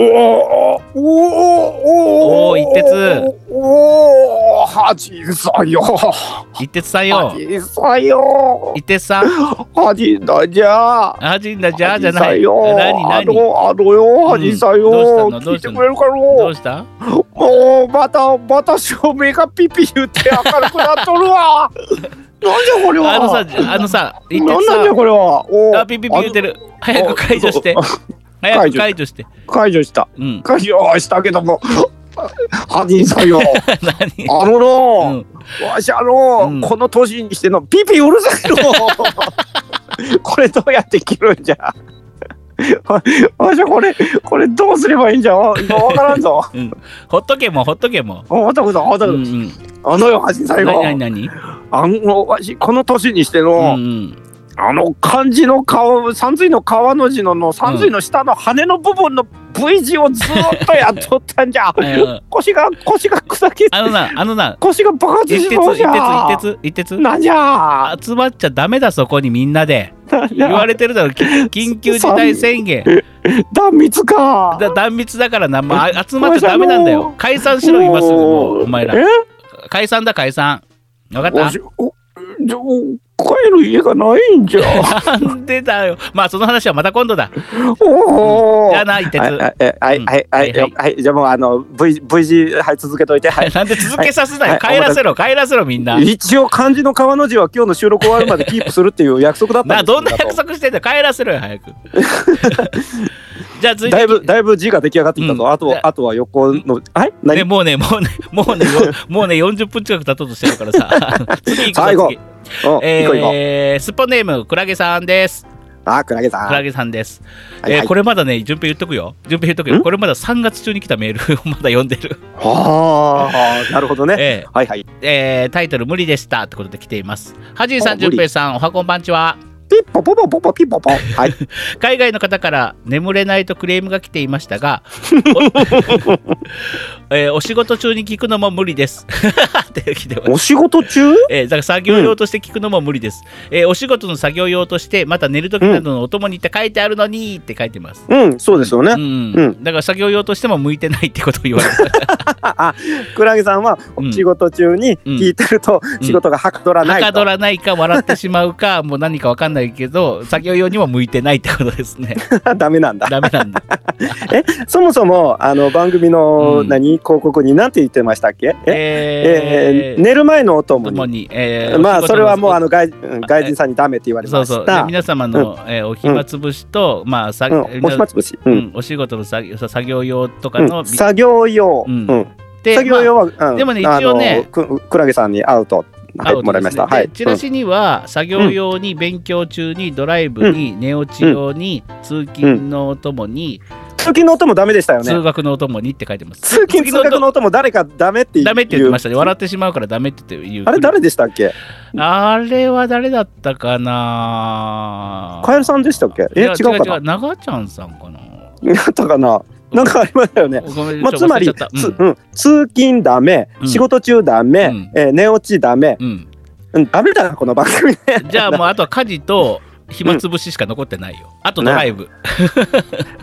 S2: おーおーおーお
S1: お
S2: ー
S1: ー一徹
S2: おおはじさんよ
S1: 一徹さん
S2: は
S1: よ。
S2: じさんよ
S1: 一徹さん。
S2: はじだじゃ
S1: あじんだじゃあじゃ
S2: は
S1: な
S2: さん
S1: い。
S2: よ
S1: 何
S2: あ
S1: 何
S2: のあのよはじさんよ、
S1: うんど
S2: 聞
S1: う
S2: い
S1: した
S2: て
S1: の
S2: くれるか
S1: ど
S2: の
S1: うした
S2: もうまたまた照明がピピ言って明るくなっとる わなんじゃこれは
S1: あのさ、あのさ、一
S2: なん
S1: 徹
S2: なんだよ
S1: さ
S2: これは。お
S1: ん、
S2: ー
S1: あ、ピッピッピッ言ってる。早く解除して
S2: あ。
S1: 早く
S2: 解除
S1: 解除して。
S2: 解除した。
S1: うん。
S2: 解除はしたけども。ハディさんよ。
S1: 何
S2: あの
S1: う
S2: の
S1: ん、
S2: わしあの、
S1: うん
S2: この年にしてのピピうるさ いの。これどうやって切るんじゃ。わわしはこれこれどうすればいいんじゃ。わわからんぞ。
S1: うん。ほっとけもう、ほっとけも
S2: おまたことま
S1: う。
S2: た
S1: う
S2: こと
S1: んうん。
S2: あのよハディさん
S1: 何何
S2: よ。
S1: 何
S2: あのわしこの年にして
S1: うんう
S2: の、
S1: ん。
S2: あの漢字の顔三髄の川の字のの三髄の下の羽の部分の V 字をずーっとやっとったんじゃ
S1: うん
S2: 腰が腰が砕けて
S1: あのな、あのな、
S2: 腰が爆発
S1: 一
S2: し
S1: 徹、
S2: そう
S1: 一
S2: じゃ
S1: 徹、一徹、一徹。
S2: なんじゃ
S1: 集まっちゃダメだ、そこにみんなで。
S2: なんじ
S1: 言わ
S2: ゃ
S1: れてるだろ、き緊急事態宣言。
S2: 断密か
S1: だ断密だからな、まあ、集まっちゃダメなんだよ。解散しろ、今すぐ、もう、お前ら。
S2: え
S1: 解散だ、解散。分かった
S2: わしおじゃ帰る家がないんじ ゃ
S1: なんでだよ。まあその話はまた今度だ。
S2: おお
S1: じゃあな、一徹。
S2: はいはいはいはいはい
S1: うんはいはい
S2: はいじゃあもうあの V V 字はい続けといてはい
S1: なんで続けさせない、
S2: はいはい
S1: 帰らせろ、帰らせろ、みんな。
S2: 一応漢字の川の字は今日の収録終わるまでキープするっていう約束だったんです
S1: な、ど
S2: よ
S1: んな約束してんだよ、帰らせろよ、 早く。じゃあ、続いて。
S2: だいぶだいぶ字が出来上がってきたぞ、
S1: うん
S2: あとあとは横のはい何、
S1: ね、もうね、もうね、もうね、よもうね、40分近く経とうとしてるから さ。次行くぞ
S2: 最後
S1: 次
S2: うん
S1: え
S2: 行こう行こう
S1: ー、スッポンネーム、クラゲさんです。
S2: あクラゲさん
S1: クラゲさんです。
S2: はい
S1: え
S2: は
S1: ー
S2: い
S1: これまだね、順平言っとくよ。順平言っとくよ。
S2: ん
S1: これまだ3月中に来たメールを まだ読んでる。
S2: はあなるほどね、
S1: え
S2: はいはい
S1: ーえータイトル、無理でしたってことで来ています。はじいさ
S2: お
S1: ん、順
S2: 無理
S1: 平さん、おはこんばんちは。
S2: ピッポポポポポピッポポはい
S1: 海外の方から眠れないとクレームが来ていましたが えーお仕事中に聞くのも無理です。 って来てます
S2: お仕事中
S1: えーだから作業用として聞くのも無理です。えーお仕事の作業用として、また寝るときなどのお供にって書いてあるのにって書いてます。
S2: うん、そうですよね。
S1: うん
S2: うん
S1: だから作業用としても向いてないってことを言わ れた。
S2: あ、クラゲさんは
S1: うん
S2: 仕事中に聞いてると
S1: うん
S2: 仕事がはかどらな
S1: はか
S2: いと。
S1: どらないか笑ってしまうか、もう何かわかんないけど、作業用にも向いてないってことです ね。
S2: ダメなんだ。
S1: ダメなんだ。
S2: そもそもあの番組の
S1: うん
S2: 何広告に何て言ってましたっけ？え、え
S1: え
S2: ー寝る前のお供
S1: とも
S2: に。
S1: に、えー
S2: ま
S1: お仕
S2: あ
S1: 事
S2: それはもうあ
S1: の
S2: の外うん外人さんにダメって言われ
S1: そ
S2: ま
S1: うそう
S2: し
S1: で
S2: た。
S1: 皆様の、えーお暇つぶしと、まあさ、
S2: うん、お
S1: 皆
S2: しまつぶし。う。
S1: うんんお仕事の作業作業用とか
S2: う
S1: の、
S2: ん、作業用、
S1: う
S2: うんん
S1: で
S2: 作業用は、うん
S1: でもね一応ね
S2: あのくクラゲさんにアウト
S1: まあ
S2: はいもらいました、
S1: アウトですね
S2: はい
S1: でチラシには、作業用に、勉強中に、ドライブに、寝落ち用に、通勤のお供に、
S2: うん通勤の音もダメでしたよね
S1: 通学のお供にって書いてます。
S2: 通勤通学の音も誰かダメって言う
S1: ダメって言ってましたね。笑ってしまうからダメって言う。
S2: あれ誰でしたっけ
S1: あれは誰だったかな
S2: カエルさんでしたっけえ
S1: い
S2: 違
S1: や
S2: うか
S1: 違う。
S2: な
S1: 長ちゃんさんかな
S2: あったかな なんかありましたよね
S1: ごめん
S2: まあ、
S1: ちょ
S2: つ
S1: っと忘
S2: ま
S1: れ
S2: り、
S1: ちゃった
S2: つうん、通勤ダメ、
S1: うん
S2: 仕事中ダメ、
S1: うん
S2: えー寝落ちダメ、
S1: うんうん
S2: うん、ダメだなこの番組ね
S1: じゃあもうあとは家事と暇つぶししか残ってないよ。あとドライブ。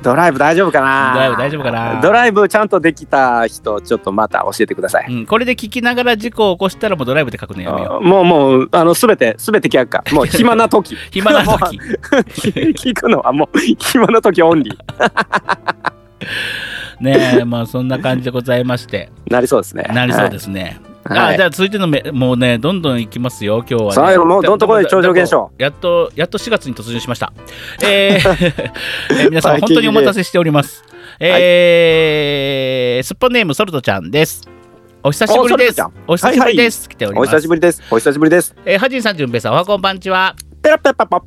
S2: ドライブ大丈夫かな
S1: ドライブ大丈夫かな
S2: ドライブちゃんとできた人ちょっとまた教えてください、
S1: うんこれで聞きながら事故を起こしたらもうドライブで書くのやめ よ
S2: あもうもうあのすべてすべて逆か もう暇な時
S1: う。暇な時。
S2: 聞くのはもう暇な時オンリー
S1: ねえ、まあそんな感じでございまして、
S2: なりそうですね、
S1: なりそうですすね。
S2: はいはい
S1: あじゃあ続いてのめもうねどんどんいきますよ今日は、ね、
S2: 最後もうどんとこい
S1: だだ
S2: 超常現象
S1: やっとやっと4月に突入しました えーえー皆さん
S2: 最
S1: 本
S2: 近ね
S1: 当にお待たせしておりますえーすっぽんネームソルトちゃんですお久しぶりです
S2: おソルトちゃん
S1: お久しぶりです、来ており
S2: お
S1: ます
S2: 久しぶりですお久しぶりです
S1: えーはじんさんじゅんべいさんおはこんばんちは
S2: ペラペラパパ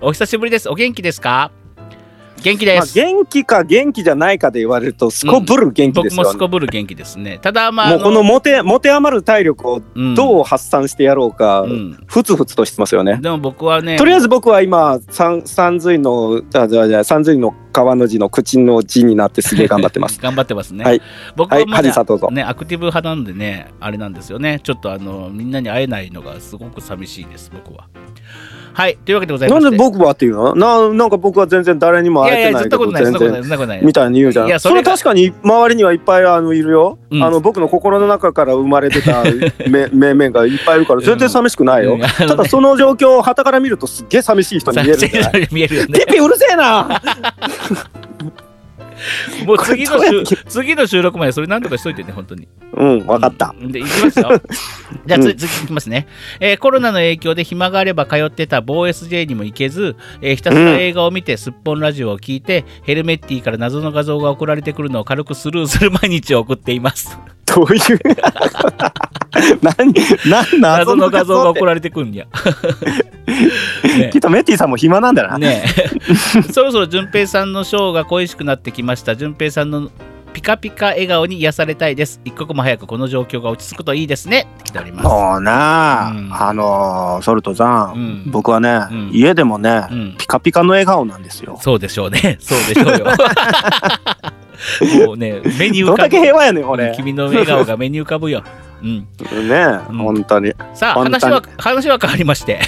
S1: お久しぶりですお元気ですか元気で
S2: まあ、
S1: す、
S2: 元気か元気じゃないかで言われるとすこぶる元気で
S1: 僕
S2: す
S1: も
S2: よ
S1: す
S2: ね、
S1: こぶる元気ですねただまあ
S2: もうこの持て持て余る体力を
S1: うん
S2: どう発散してやろうか、
S1: うん
S2: ふつふつとしてますよね。
S1: でも僕はね。
S2: とりあえず僕は今三三髄のあじゃあじゃあ三髄の川の字の口の字になってすげえ頑張ってます
S1: 頑張ってますね。
S2: はい
S1: 僕
S2: は、
S1: はいま
S2: ハジ
S1: だ
S2: さんどうぞ。
S1: ね、アクティブ派なんでね、あれなんですよね。ちょっとあのみんなに会えないのがすごく寂しいです、僕は。はい、というわけでございま
S2: な
S1: す。
S2: んで僕はっていうの？ななんか僕は全然誰にも
S1: い
S2: 会
S1: やい
S2: えて
S1: や、
S2: な
S1: そん
S2: いけ
S1: なこと
S2: ど
S1: ない、そん
S2: 全
S1: なことな
S2: 然
S1: い、そんなことない。
S2: みたいに言うじゃ
S1: いや
S2: ん。
S1: そ
S2: そ
S1: れ
S2: れ
S1: が
S2: 確かに周りにはいっぱいあのいるよ。
S1: うん
S2: あの僕の心の中から生まれ てため面々がいっぱいいるから全然寂しくないよ。
S1: うんあのね
S2: ただその状況を傍から見るとすっげえ寂しい人に見えるんだ よ。
S1: 寂しいのに見えるよね
S2: ピ。ピうるせ えな。
S1: もう次の
S2: これどうや
S1: 週
S2: って
S1: 次の収録までそれなんとかしといてね、本当に。
S2: うん、わかった。
S1: うんで、いきます よ。じゃあ、
S2: う
S1: つ
S2: ん
S1: 次いきますね、えーコロナの影響で暇があれば通ってた某 SJ にも行けず、えーひたすら映画を見て、すっぽんラジオを聞いて、ヘルメッティから謎の画像が送られてくるのを軽くスルーする毎日を送っています。
S2: どういう。 何、何
S1: 謎
S2: 謎
S1: の
S2: の
S1: 画
S2: 画
S1: 像
S2: 像
S1: が
S2: が
S1: 送
S2: 送
S1: られてくるん や。ね
S2: きっとメッティさんも暇なんだな。
S1: ねえ そろそろ順平さんのショーが恋しくなってきました順平さんのピカピカ笑顔に癒されたいです一刻も早くこの状況が落ち着くといいですね来ております
S2: そうなあ、
S1: うん
S2: あのーソルトさん、
S1: うん
S2: 僕はね、
S1: うん
S2: 家でもね、
S1: うん
S2: ピカピカの笑顔なんですよ。
S1: そうでしょう ねそうでしょうよ もうね目に浮
S2: どん
S1: か
S2: だ
S1: ぶ
S2: け平和やねん、俺。
S1: 君の笑顔が目に浮かぶよ、うん、
S2: ねえ、
S1: うん
S2: 本当に。
S1: さあ
S2: 本当に
S1: 話は話は変わりまして、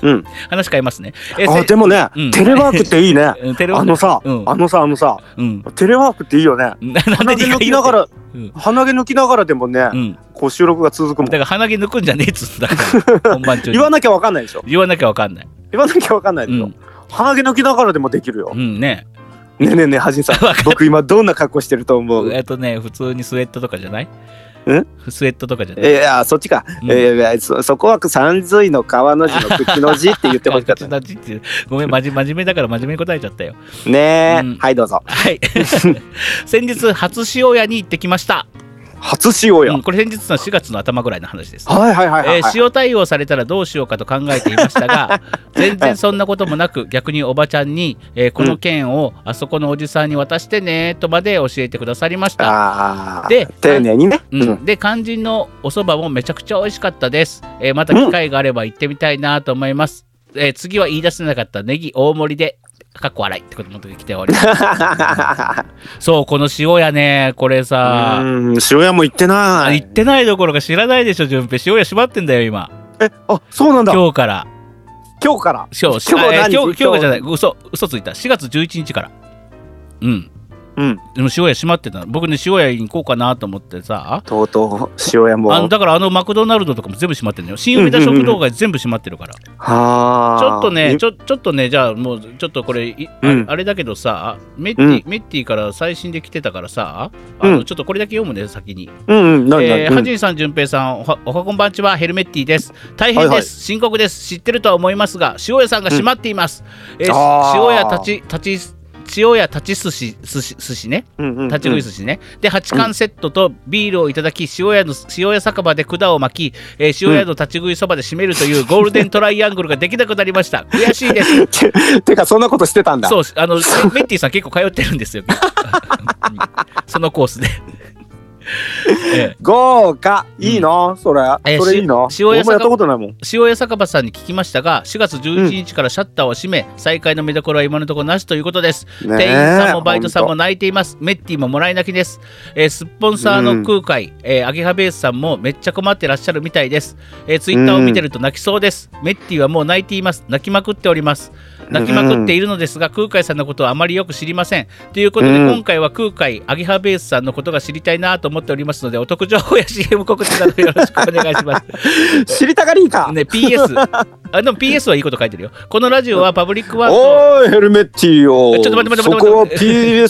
S2: うん
S1: 話変えますねえ
S2: あ、でもね、
S1: うん
S2: テレワークっていいね。
S1: せうん テレ
S2: あのさ、
S1: うん
S2: あのさ、あのさ、
S1: うん
S2: テレワークっていいよね。
S1: なな
S2: 鼻
S1: んで
S2: 毛
S1: 二回言う
S2: 抜
S1: て
S2: きながら、
S1: うん
S2: 鼻毛抜きながらでもね、
S1: うん、
S2: こう収録が続くも
S1: だか
S2: ん。
S1: ら鼻毛抜くんじゃねえっつうんだから本番中に
S2: 言わなきゃわかんないでしょ。
S1: 言わなきゃわかんない、
S2: 言わなきゃわかんないうでしょ。
S1: ん
S2: 鼻毛抜きながらでもできるよ
S1: う。んね
S2: ねえねえねえ、はじんさん
S1: わか、
S2: 僕今どんな格好してると思う
S1: えっとね、普通にスウェットとかじゃない
S2: え
S1: スウェットとかじゃない
S2: えー、あそっちか、
S1: うん
S2: えーいやそそこは三髄の川の字の口の字って言ってほしかったね
S1: あ 口立ちってごめん、まじ真面目だから真面目に答えちゃったよ。
S2: え、
S1: うん
S2: はいどうぞ
S1: はい。 先日、初塩屋に行ってきました。
S2: 初使用や、
S1: うんこれ先日の4月の頭ぐらいの話です。
S2: はいはいはいは
S1: え
S2: い、は
S1: ー
S2: い
S1: 塩対応されたらどうしようかと考えていました が全然そんなこともなく逆におばちゃんに、えーこの券をあそこのおじさんに渡してねとまで教えてくださりました
S2: ああ
S1: で
S2: 丁寧にね、うん
S1: うん、で肝心のお蕎麦もめちゃくちゃ美味しかったです、えーまた機会があれば行ってみたいなと思います、えー次は言い出せなかったネギ大盛りでかっこ笑いってことも来てお りますそうこの塩屋ねこれ
S2: う
S1: さ
S2: ーん塩屋も行ってな
S1: 行っ
S2: い
S1: てないどころか知らないでしょ順平塩屋閉まってんだよ今
S2: えあそうなんだ
S1: 今日から
S2: 今日から
S1: 今日
S2: 今日
S1: あえー
S2: 何
S1: 今日今
S2: 今
S1: 日
S2: 日
S1: じゃない嘘嘘ついた4月11日からうん
S2: うん
S1: でも塩屋閉まってたの僕ね塩屋に行こうかなと思ってさ
S2: とうとう塩屋も
S1: あのだからあのマクドナルドとかも全部閉まってるのよ新梅田食堂街全部閉まってるから、
S2: はあ
S1: ちょっとね
S2: い
S1: ちょちょっとねじゃあもうちょっとこれいあ,、
S2: うん
S1: あれだけどさメッティ、
S2: う
S1: メッティから最新で来てたからさあの、
S2: うん
S1: ちょっとこれだけ読むね先に
S2: うんうん何
S1: えー、
S2: 何う
S1: は
S2: ん
S1: じいさん、じゅんぺいさん、おはおはこんばんちは、ヘルメッティです。大変です、
S2: はいはい
S1: 深刻です。知ってるとは思いますが、塩屋さんが閉まっています。えー
S2: あー
S1: 塩屋立ち、立ち、塩屋立ち寿司、寿司、寿司ね。
S2: うんうんうん
S1: 立ち食い寿司ね、で8缶セットとビールをいただき塩屋の塩屋酒場で管を巻き、えー塩屋の立ち食いそばで締めるというゴールデントライアングルができなくなりま した悔しいです
S2: ててかそんなことしてたんだ
S1: そうあのメメッティさん結構通ってるんですよ うんそのコースで ええ
S2: 豪華いいの、それ、
S1: え
S2: それいいの
S1: し塩屋
S2: 俺も
S1: さん
S2: や
S1: が
S2: ったことないもん
S1: 塩屋酒場さんに聞きましたが4月11日からシャッターを閉め、再開の見どころは今のところなしということです、
S2: ねえ
S1: 店員さんもバイトさんも泣いていますメッティももらい泣きです、えースポンサーの空海、えーアゲハベースさんもめっちゃ困ってらっしゃるみたいです、えツイッター Twitter を見てると泣きそうです、メッティはもう泣いています泣きまくっております泣きまくっているのですが、空海さんのことはあまりよく知りませんということで、
S2: うん
S1: 今回は空海アゲハベースさんのことが知りたいなと思っておりますのでお得情報や CM 告知などよろしくお願いします
S2: 知りたがりーか、
S1: ね、PS あでも PS はいいこと書いてるよこのラジオはパブリックワンと
S2: おーいヘルメッティよ
S1: えちょっと待って待って待って
S2: そこは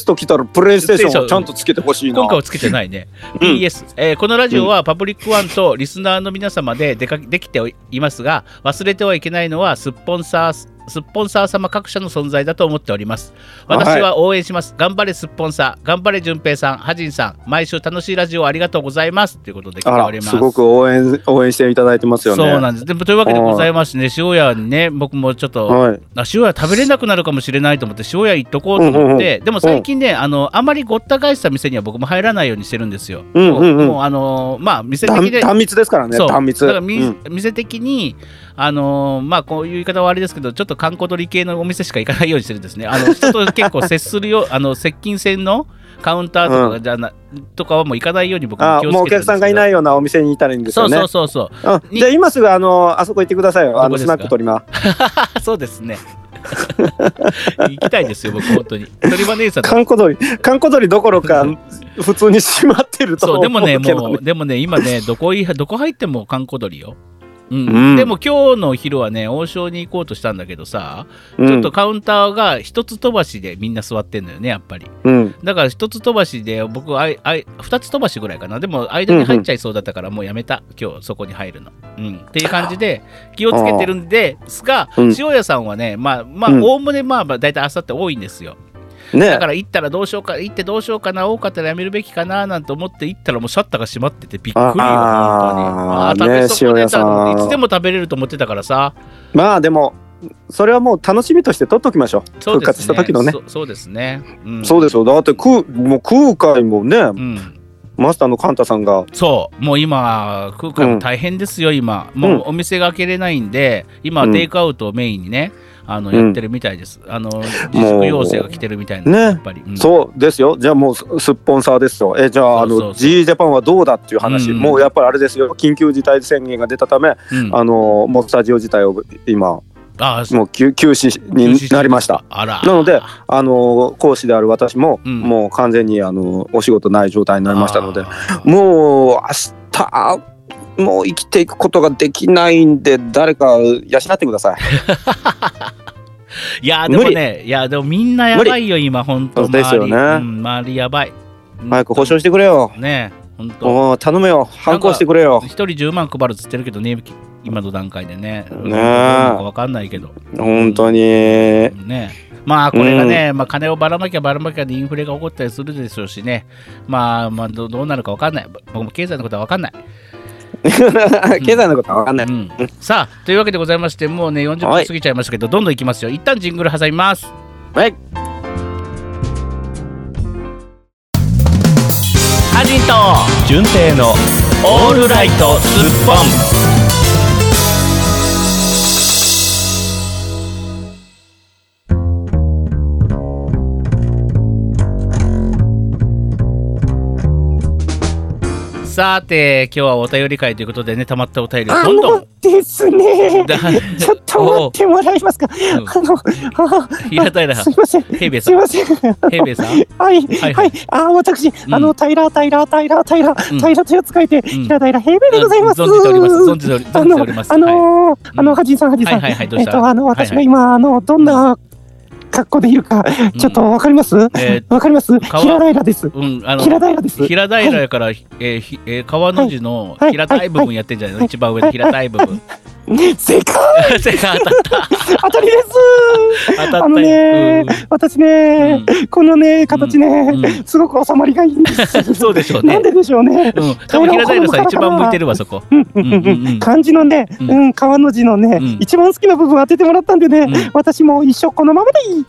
S2: PS と来たらプレイステーションをちゃんとつけてほしいな
S1: 今回はつけてないね、PS、えーこのラジオはパブリックワンとリスナーの皆様ででかできていますが忘れてはいけないのはスッポンサースッポンサー様各社の存在だと思っております私は応援します、頑張れスッポンサー頑張れ順平さんハジンさん毎週楽しいラジオありがとうございますということで来てお
S2: あ
S1: り
S2: ら
S1: ます
S2: すごく応援応援していただいてますよね
S1: そうなんですでもというわけでございましてね塩屋にね僕もちょっと、
S2: はい
S1: あ塩屋食べれなくなるかもしれないと思って塩屋行っとこうと思って、でも最近ねあのあまりごった返した店には僕も入らないようにしてるんですよ。
S2: うんうんうん
S1: もうあのまあ店的
S2: 断
S1: で
S2: 断密ですからね
S1: そう
S2: 断密
S1: だからみ、
S2: うん
S1: 店的にあのまあこういう言い方はあれですけどちょっと観光取り系のお店しか行かないようにしてるんですね。あの人と結構接するよ あの接近戦のカウンターとかがじゃな、とかはもう行かないように僕も
S2: あ
S1: 気をつけてるんですけど
S2: もうお客さんがいないいようなお店にいたらいいんです
S1: そ
S2: よ
S1: う
S2: ね
S1: そうそうそう
S2: あ
S1: に
S2: じゃあ今すぐあのあそこ行ってください
S1: ど
S2: よあ
S1: こ
S2: の
S1: です
S2: ス
S1: か
S2: ナック鳥間
S1: あそう ですね。行きたいですよ、僕、本当に。鳥羽姉さんと
S2: かんこ鳥かんこ鳥どころか普通に閉まって ると
S1: そう、
S2: 思
S1: で
S2: うけど
S1: もね、も
S2: ね
S1: う、でもね、今ね、 どこいどこ入っても観光鳥よ。うん
S2: うん
S1: でも今日のお昼はね王将に行こうとしたんだけどさ、
S2: うん
S1: ちょっとカウンターが一つ飛ばしでみんな座ってんのよねやっぱり
S2: うん
S1: だから一つ飛ばしで僕あいあい二つ飛ばしぐらいかなでも間に入っちゃいそうだったからもうやめた、今日そこに入るの、うん、っていう感じで気をつけてるんですが、
S2: うん
S1: 塩屋さんはねまあまあ
S2: うん
S1: おおむねまあまあ大体あさって多いんですよだ
S2: ね
S1: から行ったらどうしようか行ってどうしようかな多かったらやめるべきかななんて思って行ったらもうシャッターが閉まっててびっくりよ本当に
S2: あ
S1: あ
S2: あー
S1: ー食べ
S2: ね
S1: 損ねたと思っ
S2: 塩屋
S1: て
S2: さん
S1: いつでも食べれると思ってたからさ
S2: まあでもそれはもう楽しみとして取っときましょう
S1: そう
S2: 復
S1: です
S2: 活
S1: ね
S2: した時のね
S1: そそうですねうん
S2: そうですよだって空もう空海もね、
S1: うん
S2: マスターのカンタさんが
S1: そうもう今空間大変ですよ今もうお店が開けれないんで今はテイクアウトをメインにねあの
S2: うん
S1: やってるみたいですあの自粛要請が来てるみたいな
S2: ね
S1: やっぱりうん
S2: そうですよじゃあもうすすっぽんさーですよえじゃあ
S1: そ
S2: あ
S1: うそうそう
S2: の G ジャパンはどうだっていう話、
S1: うん
S2: もうやっぱりあれですよ緊急事態宣言が出たため、
S1: うん
S2: あのもうスタジオ自体を今
S1: あー
S2: もう休休止になりました
S1: あら
S2: なのであの講師である私も、
S1: うん
S2: もう完全にあのお仕事ない状態になりましたので
S1: あー
S2: もう明日もう生きていくことができないんで誰か養ってください。
S1: いやーでもね、いやーでもみんなやばいよ、今、本当
S2: そうですよね
S1: うん、周りやばい。
S2: 早く保証
S1: し
S2: してくれよ。
S1: ねえ、本当。
S2: おー頼むよ。反抗してくれよ
S1: 一。人10万配るっつってるけどね、今の段階でね。どうなるかわかんないけど。
S2: 本当に。
S1: ねまあこれがね、まあ、金をばらまきゃばらまきゃでインフレが起こったりするでしょうしね、まあ、まあどどうなるかわかんない、僕も経済のことはわかんない。
S2: 経済のことは分かんない。
S1: うん、さあ、というわけでございまして、もうね、40
S2: は
S1: 分
S2: い
S1: 過ぎちゃいましたけど、どんどんいきますよ。一旦ジングル挟みます。
S2: はい。
S1: ハジンと純正のオールライトスッポン。さて、今日はお便り会ということでね、たまったお便りを
S2: あ
S1: どんど
S2: の
S1: ん。
S2: ですね
S1: だ
S2: ちょっと待ってもらえますか
S1: うん
S2: あのあ
S1: 平たいな
S2: すいません
S1: 平兵衛
S2: す
S1: さ
S2: い
S1: ん。
S2: ません
S1: 平兵衛さん。
S2: はい、
S1: はい
S2: はい、ああ、私、
S1: ん
S2: あの、平、平、平、平、
S1: うん
S2: 平という使い手、平、平、平米でございます。
S1: 存じております。存じており
S2: あ
S1: 存じ
S2: の
S1: ております。
S2: あ
S1: はい
S2: のー、あ
S1: うん
S2: の、はじいさん、はじいさん。
S1: はいはいはいどう
S2: えっ
S1: した
S2: と、あの、私が今、あの、どんな格好でいるか、ちょっとわかりますわ
S1: え
S2: かります
S1: 川
S2: 平平です。
S1: うん、あの、
S2: 平平です。
S1: 平平やから、えーひえー川の字の
S2: はい
S1: 平たい部分やってんじゃないの一番上の平たい部分。
S2: 正解
S1: せか
S2: 当たりです
S1: 当たった
S2: あ
S1: よ。
S2: のね
S1: うん、
S2: 私
S1: う
S2: ね
S1: ん、
S2: このね、形
S1: うんう
S2: ね、すごく収まりがいいんです。
S1: そうでしょうね
S2: なんででしょうね。
S1: うん、多分平平さん一番向いてるわ、そこ。
S2: うんうんうん
S1: うんうんう
S2: うんん漢字のね、
S1: う
S2: うんん、川の字のね、
S1: うん
S2: 一番好きな部分当ててもらったんでね、
S1: うん
S2: 私もう一生このままで いい。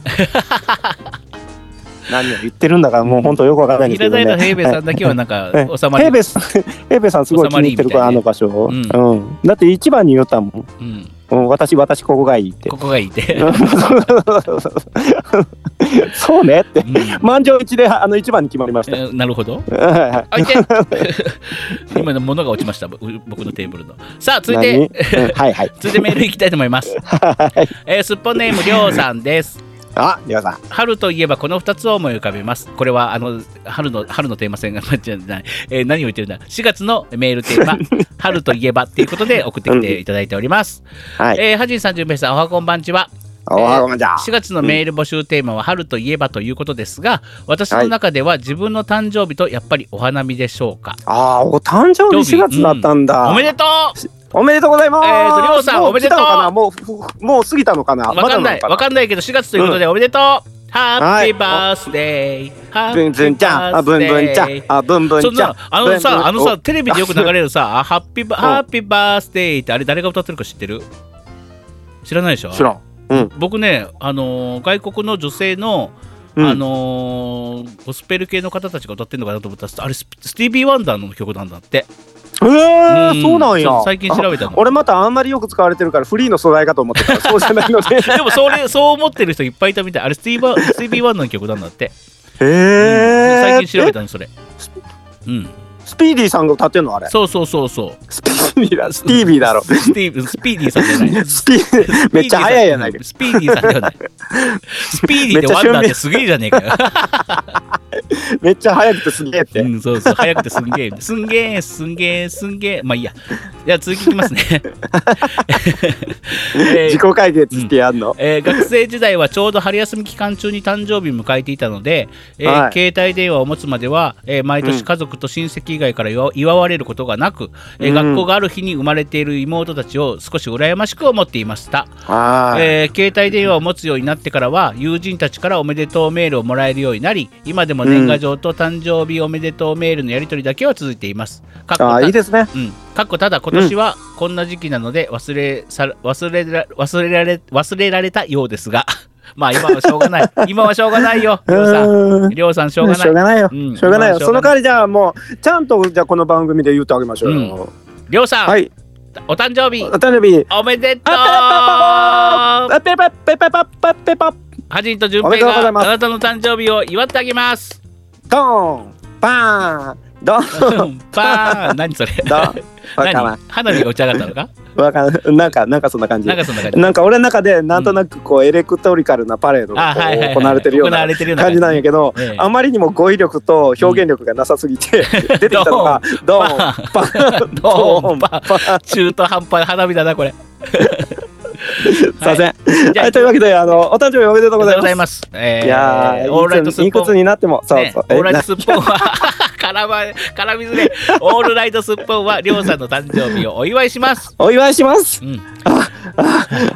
S2: 何を言ってるんだか、もう本当よくわからないんですけ
S1: 平平
S2: どね。
S1: の平平さんだけはなんか
S2: はい
S1: 収まり。
S2: 平米さん、平米さんすごい気に入ってるから、
S1: 収まりいい
S2: あ
S1: み
S2: の場所を、
S1: う
S2: うんんだって一番に言ったもん。
S1: うん、
S2: うん、私、私、ここがいいって。
S1: ここがいいって。
S2: そうねって。
S1: うん
S2: 満場一致で、あの、一番に決まりました。
S1: えーなるほど。
S2: はいはい
S1: あいて今の物が落ちました、ぼ僕のテーブルの。さあ、続い
S2: 何
S1: て、
S2: うんはいはい。
S1: 続いてメールいきたいと思います。
S2: はい
S1: えー、すっぽんネームりょうさんです。
S2: あ、りょうさん。
S1: 春といえばこの2つを思い浮かべます。これはあの春の春のテーマ戦が じゃない、えー何を言ってるんだ ?4 月のメールテ ーマ、春といえばっていうことで送ってきていただいております。
S2: はい。
S1: えー、はじいさん、じゅんぺいさん、おはこんばんちは。
S2: おはごめんじゃ。
S1: 4月のメール募集テーマは春といえばということですが、私の中では自分の誕生日とやっぱりお花見でしょうか。
S2: ああ、お誕生日4月だったんだ。
S1: おめでとう
S2: おめでとうございます。
S1: えーとりょうさん
S2: も
S1: おめでとう
S2: 来たのかなもうふもう過ぎたのかな。
S1: わかんない、
S2: まだ
S1: わ
S2: のか
S1: かんないけど、4月ということでおめでとう、ハッ
S2: は
S1: ピ
S2: い
S1: ーバースデーハッ
S2: な。
S1: ピ
S2: ぶ
S1: ー
S2: んぶんちゃん、あぶんぶんちゃん、あぶんぶんちゃ
S1: そん
S2: ん。
S1: なあのさあ
S2: ぶんぶ
S1: の
S2: ん
S1: さテレビでよく流れるさあハッピーバハッピーバースデーってあれ誰が歌ってるか知ってる知らないでしょ
S2: お知らん。うん
S1: 僕ねあのー外国の女性の
S2: うん
S1: あのーゴスペル系の方たちが歌ってるのかなと思ったらあれスピスティービー・ワンダーの曲なんだって
S2: え
S1: うん
S2: ー、そうなんや
S1: そう最近調べたの
S2: あ俺またあんまりよく使われてるからフリーの素材かと思ってたそうじゃないのね
S1: でもそれそう思ってる人いっぱいいたみたいあれスティーバスティービー・ワンダーの曲なんだって、う
S2: へ
S1: ん
S2: え
S1: 最近調べたのそれうん
S2: スピーディーさんが歌ってんのあれ
S1: そうそうそうそう
S2: スピーディーだスティービーだろ
S1: スティースピーディーさんじゃない
S2: スピーめっちゃ早いやないか
S1: スピーディーさんではない。スピーデ ィーでワンダーってすげえじゃねえかよ。
S2: めっちゃ早くてすげえっ
S1: う
S2: て
S1: ん、そうそう、早くてすんげえ。すんげえ、すんげえ、すんげえ。まあいいや。じゃあ続きいきます ね。えー
S2: 自己解決してやんの
S1: えー学生時代はちょうど春休み期間中に誕生日を迎えていたので、えー
S2: はい
S1: 携帯電話を持つまでは、えー毎年家族と親戚以外から祝祝われることがなく、えー
S2: うん
S1: 学校がある日に生まれている妹たちを少し羨ましく思っていました。
S2: あー
S1: えー携帯電話を持つようになってからは友人たちからおめでとうメールをもらえるようになり今でも年賀状と誕生日おめでとうメールのやり取りだけは続いています。かっこ
S2: あーいい
S1: た
S2: ですね
S1: うん、かっこただ今年はこんな時期なので忘れさ忘れら忘れられ忘れられたようですが まあ今はしょうが ない今はしょうがないよりょうさん
S2: うん
S1: りょうさんしょうがない
S2: よ
S1: うん
S2: しょうがないよ
S1: しょうがない
S2: その代わりじゃあもうちゃんとじゃあこの番組で言ってあげましょう
S1: うん
S2: よ
S1: りょうさん、
S2: はい
S1: お誕生日
S2: お誕生日
S1: おめでとう
S2: あ
S1: は
S2: ペパペパペパペパペパ
S1: じんとじゅん
S2: お
S1: ぺ
S2: め
S1: い
S2: でとうご
S1: が
S2: ざ
S1: あ
S2: います
S1: なたの誕生日を祝ってあげます
S2: ドーンパーンドーン
S1: パーン何それ
S2: ドーンわから
S1: 何花火が打ち上がったの か
S2: んわからんなんかなんかそんな感じ
S1: なんかそんな 感じ
S2: なんか俺の中でなんとなくこうエレクトリカルなパレードが
S1: あ
S2: こ
S1: はいはいはいう
S2: 行われてるよう
S1: 行わ
S2: な
S1: れてるような
S2: 感じなんやけど
S1: ええ
S2: あまりにも語彙力と表現力がなさすぎて出てきたのがドーンパーン
S1: ド
S2: ド
S1: ー
S2: ー
S1: ン
S2: ン
S1: パ
S2: パ
S1: ーン
S2: ーン
S1: 中途半端な花火だなこれ
S2: すいません
S1: じゃあ
S2: はいというわけであのお誕生日おめでとうございます
S1: ますえー
S2: いやー、
S1: オールライトス
S2: い
S1: ッ
S2: い
S1: ポ
S2: 靴
S1: ン
S2: になっても、そう
S1: ね
S2: そう。
S1: オ
S2: え
S1: ールライトスッポンは 絡ま絡みずれオールライトスッポンはりょうさんの誕生日をお祝いします
S2: お祝いします。
S1: うん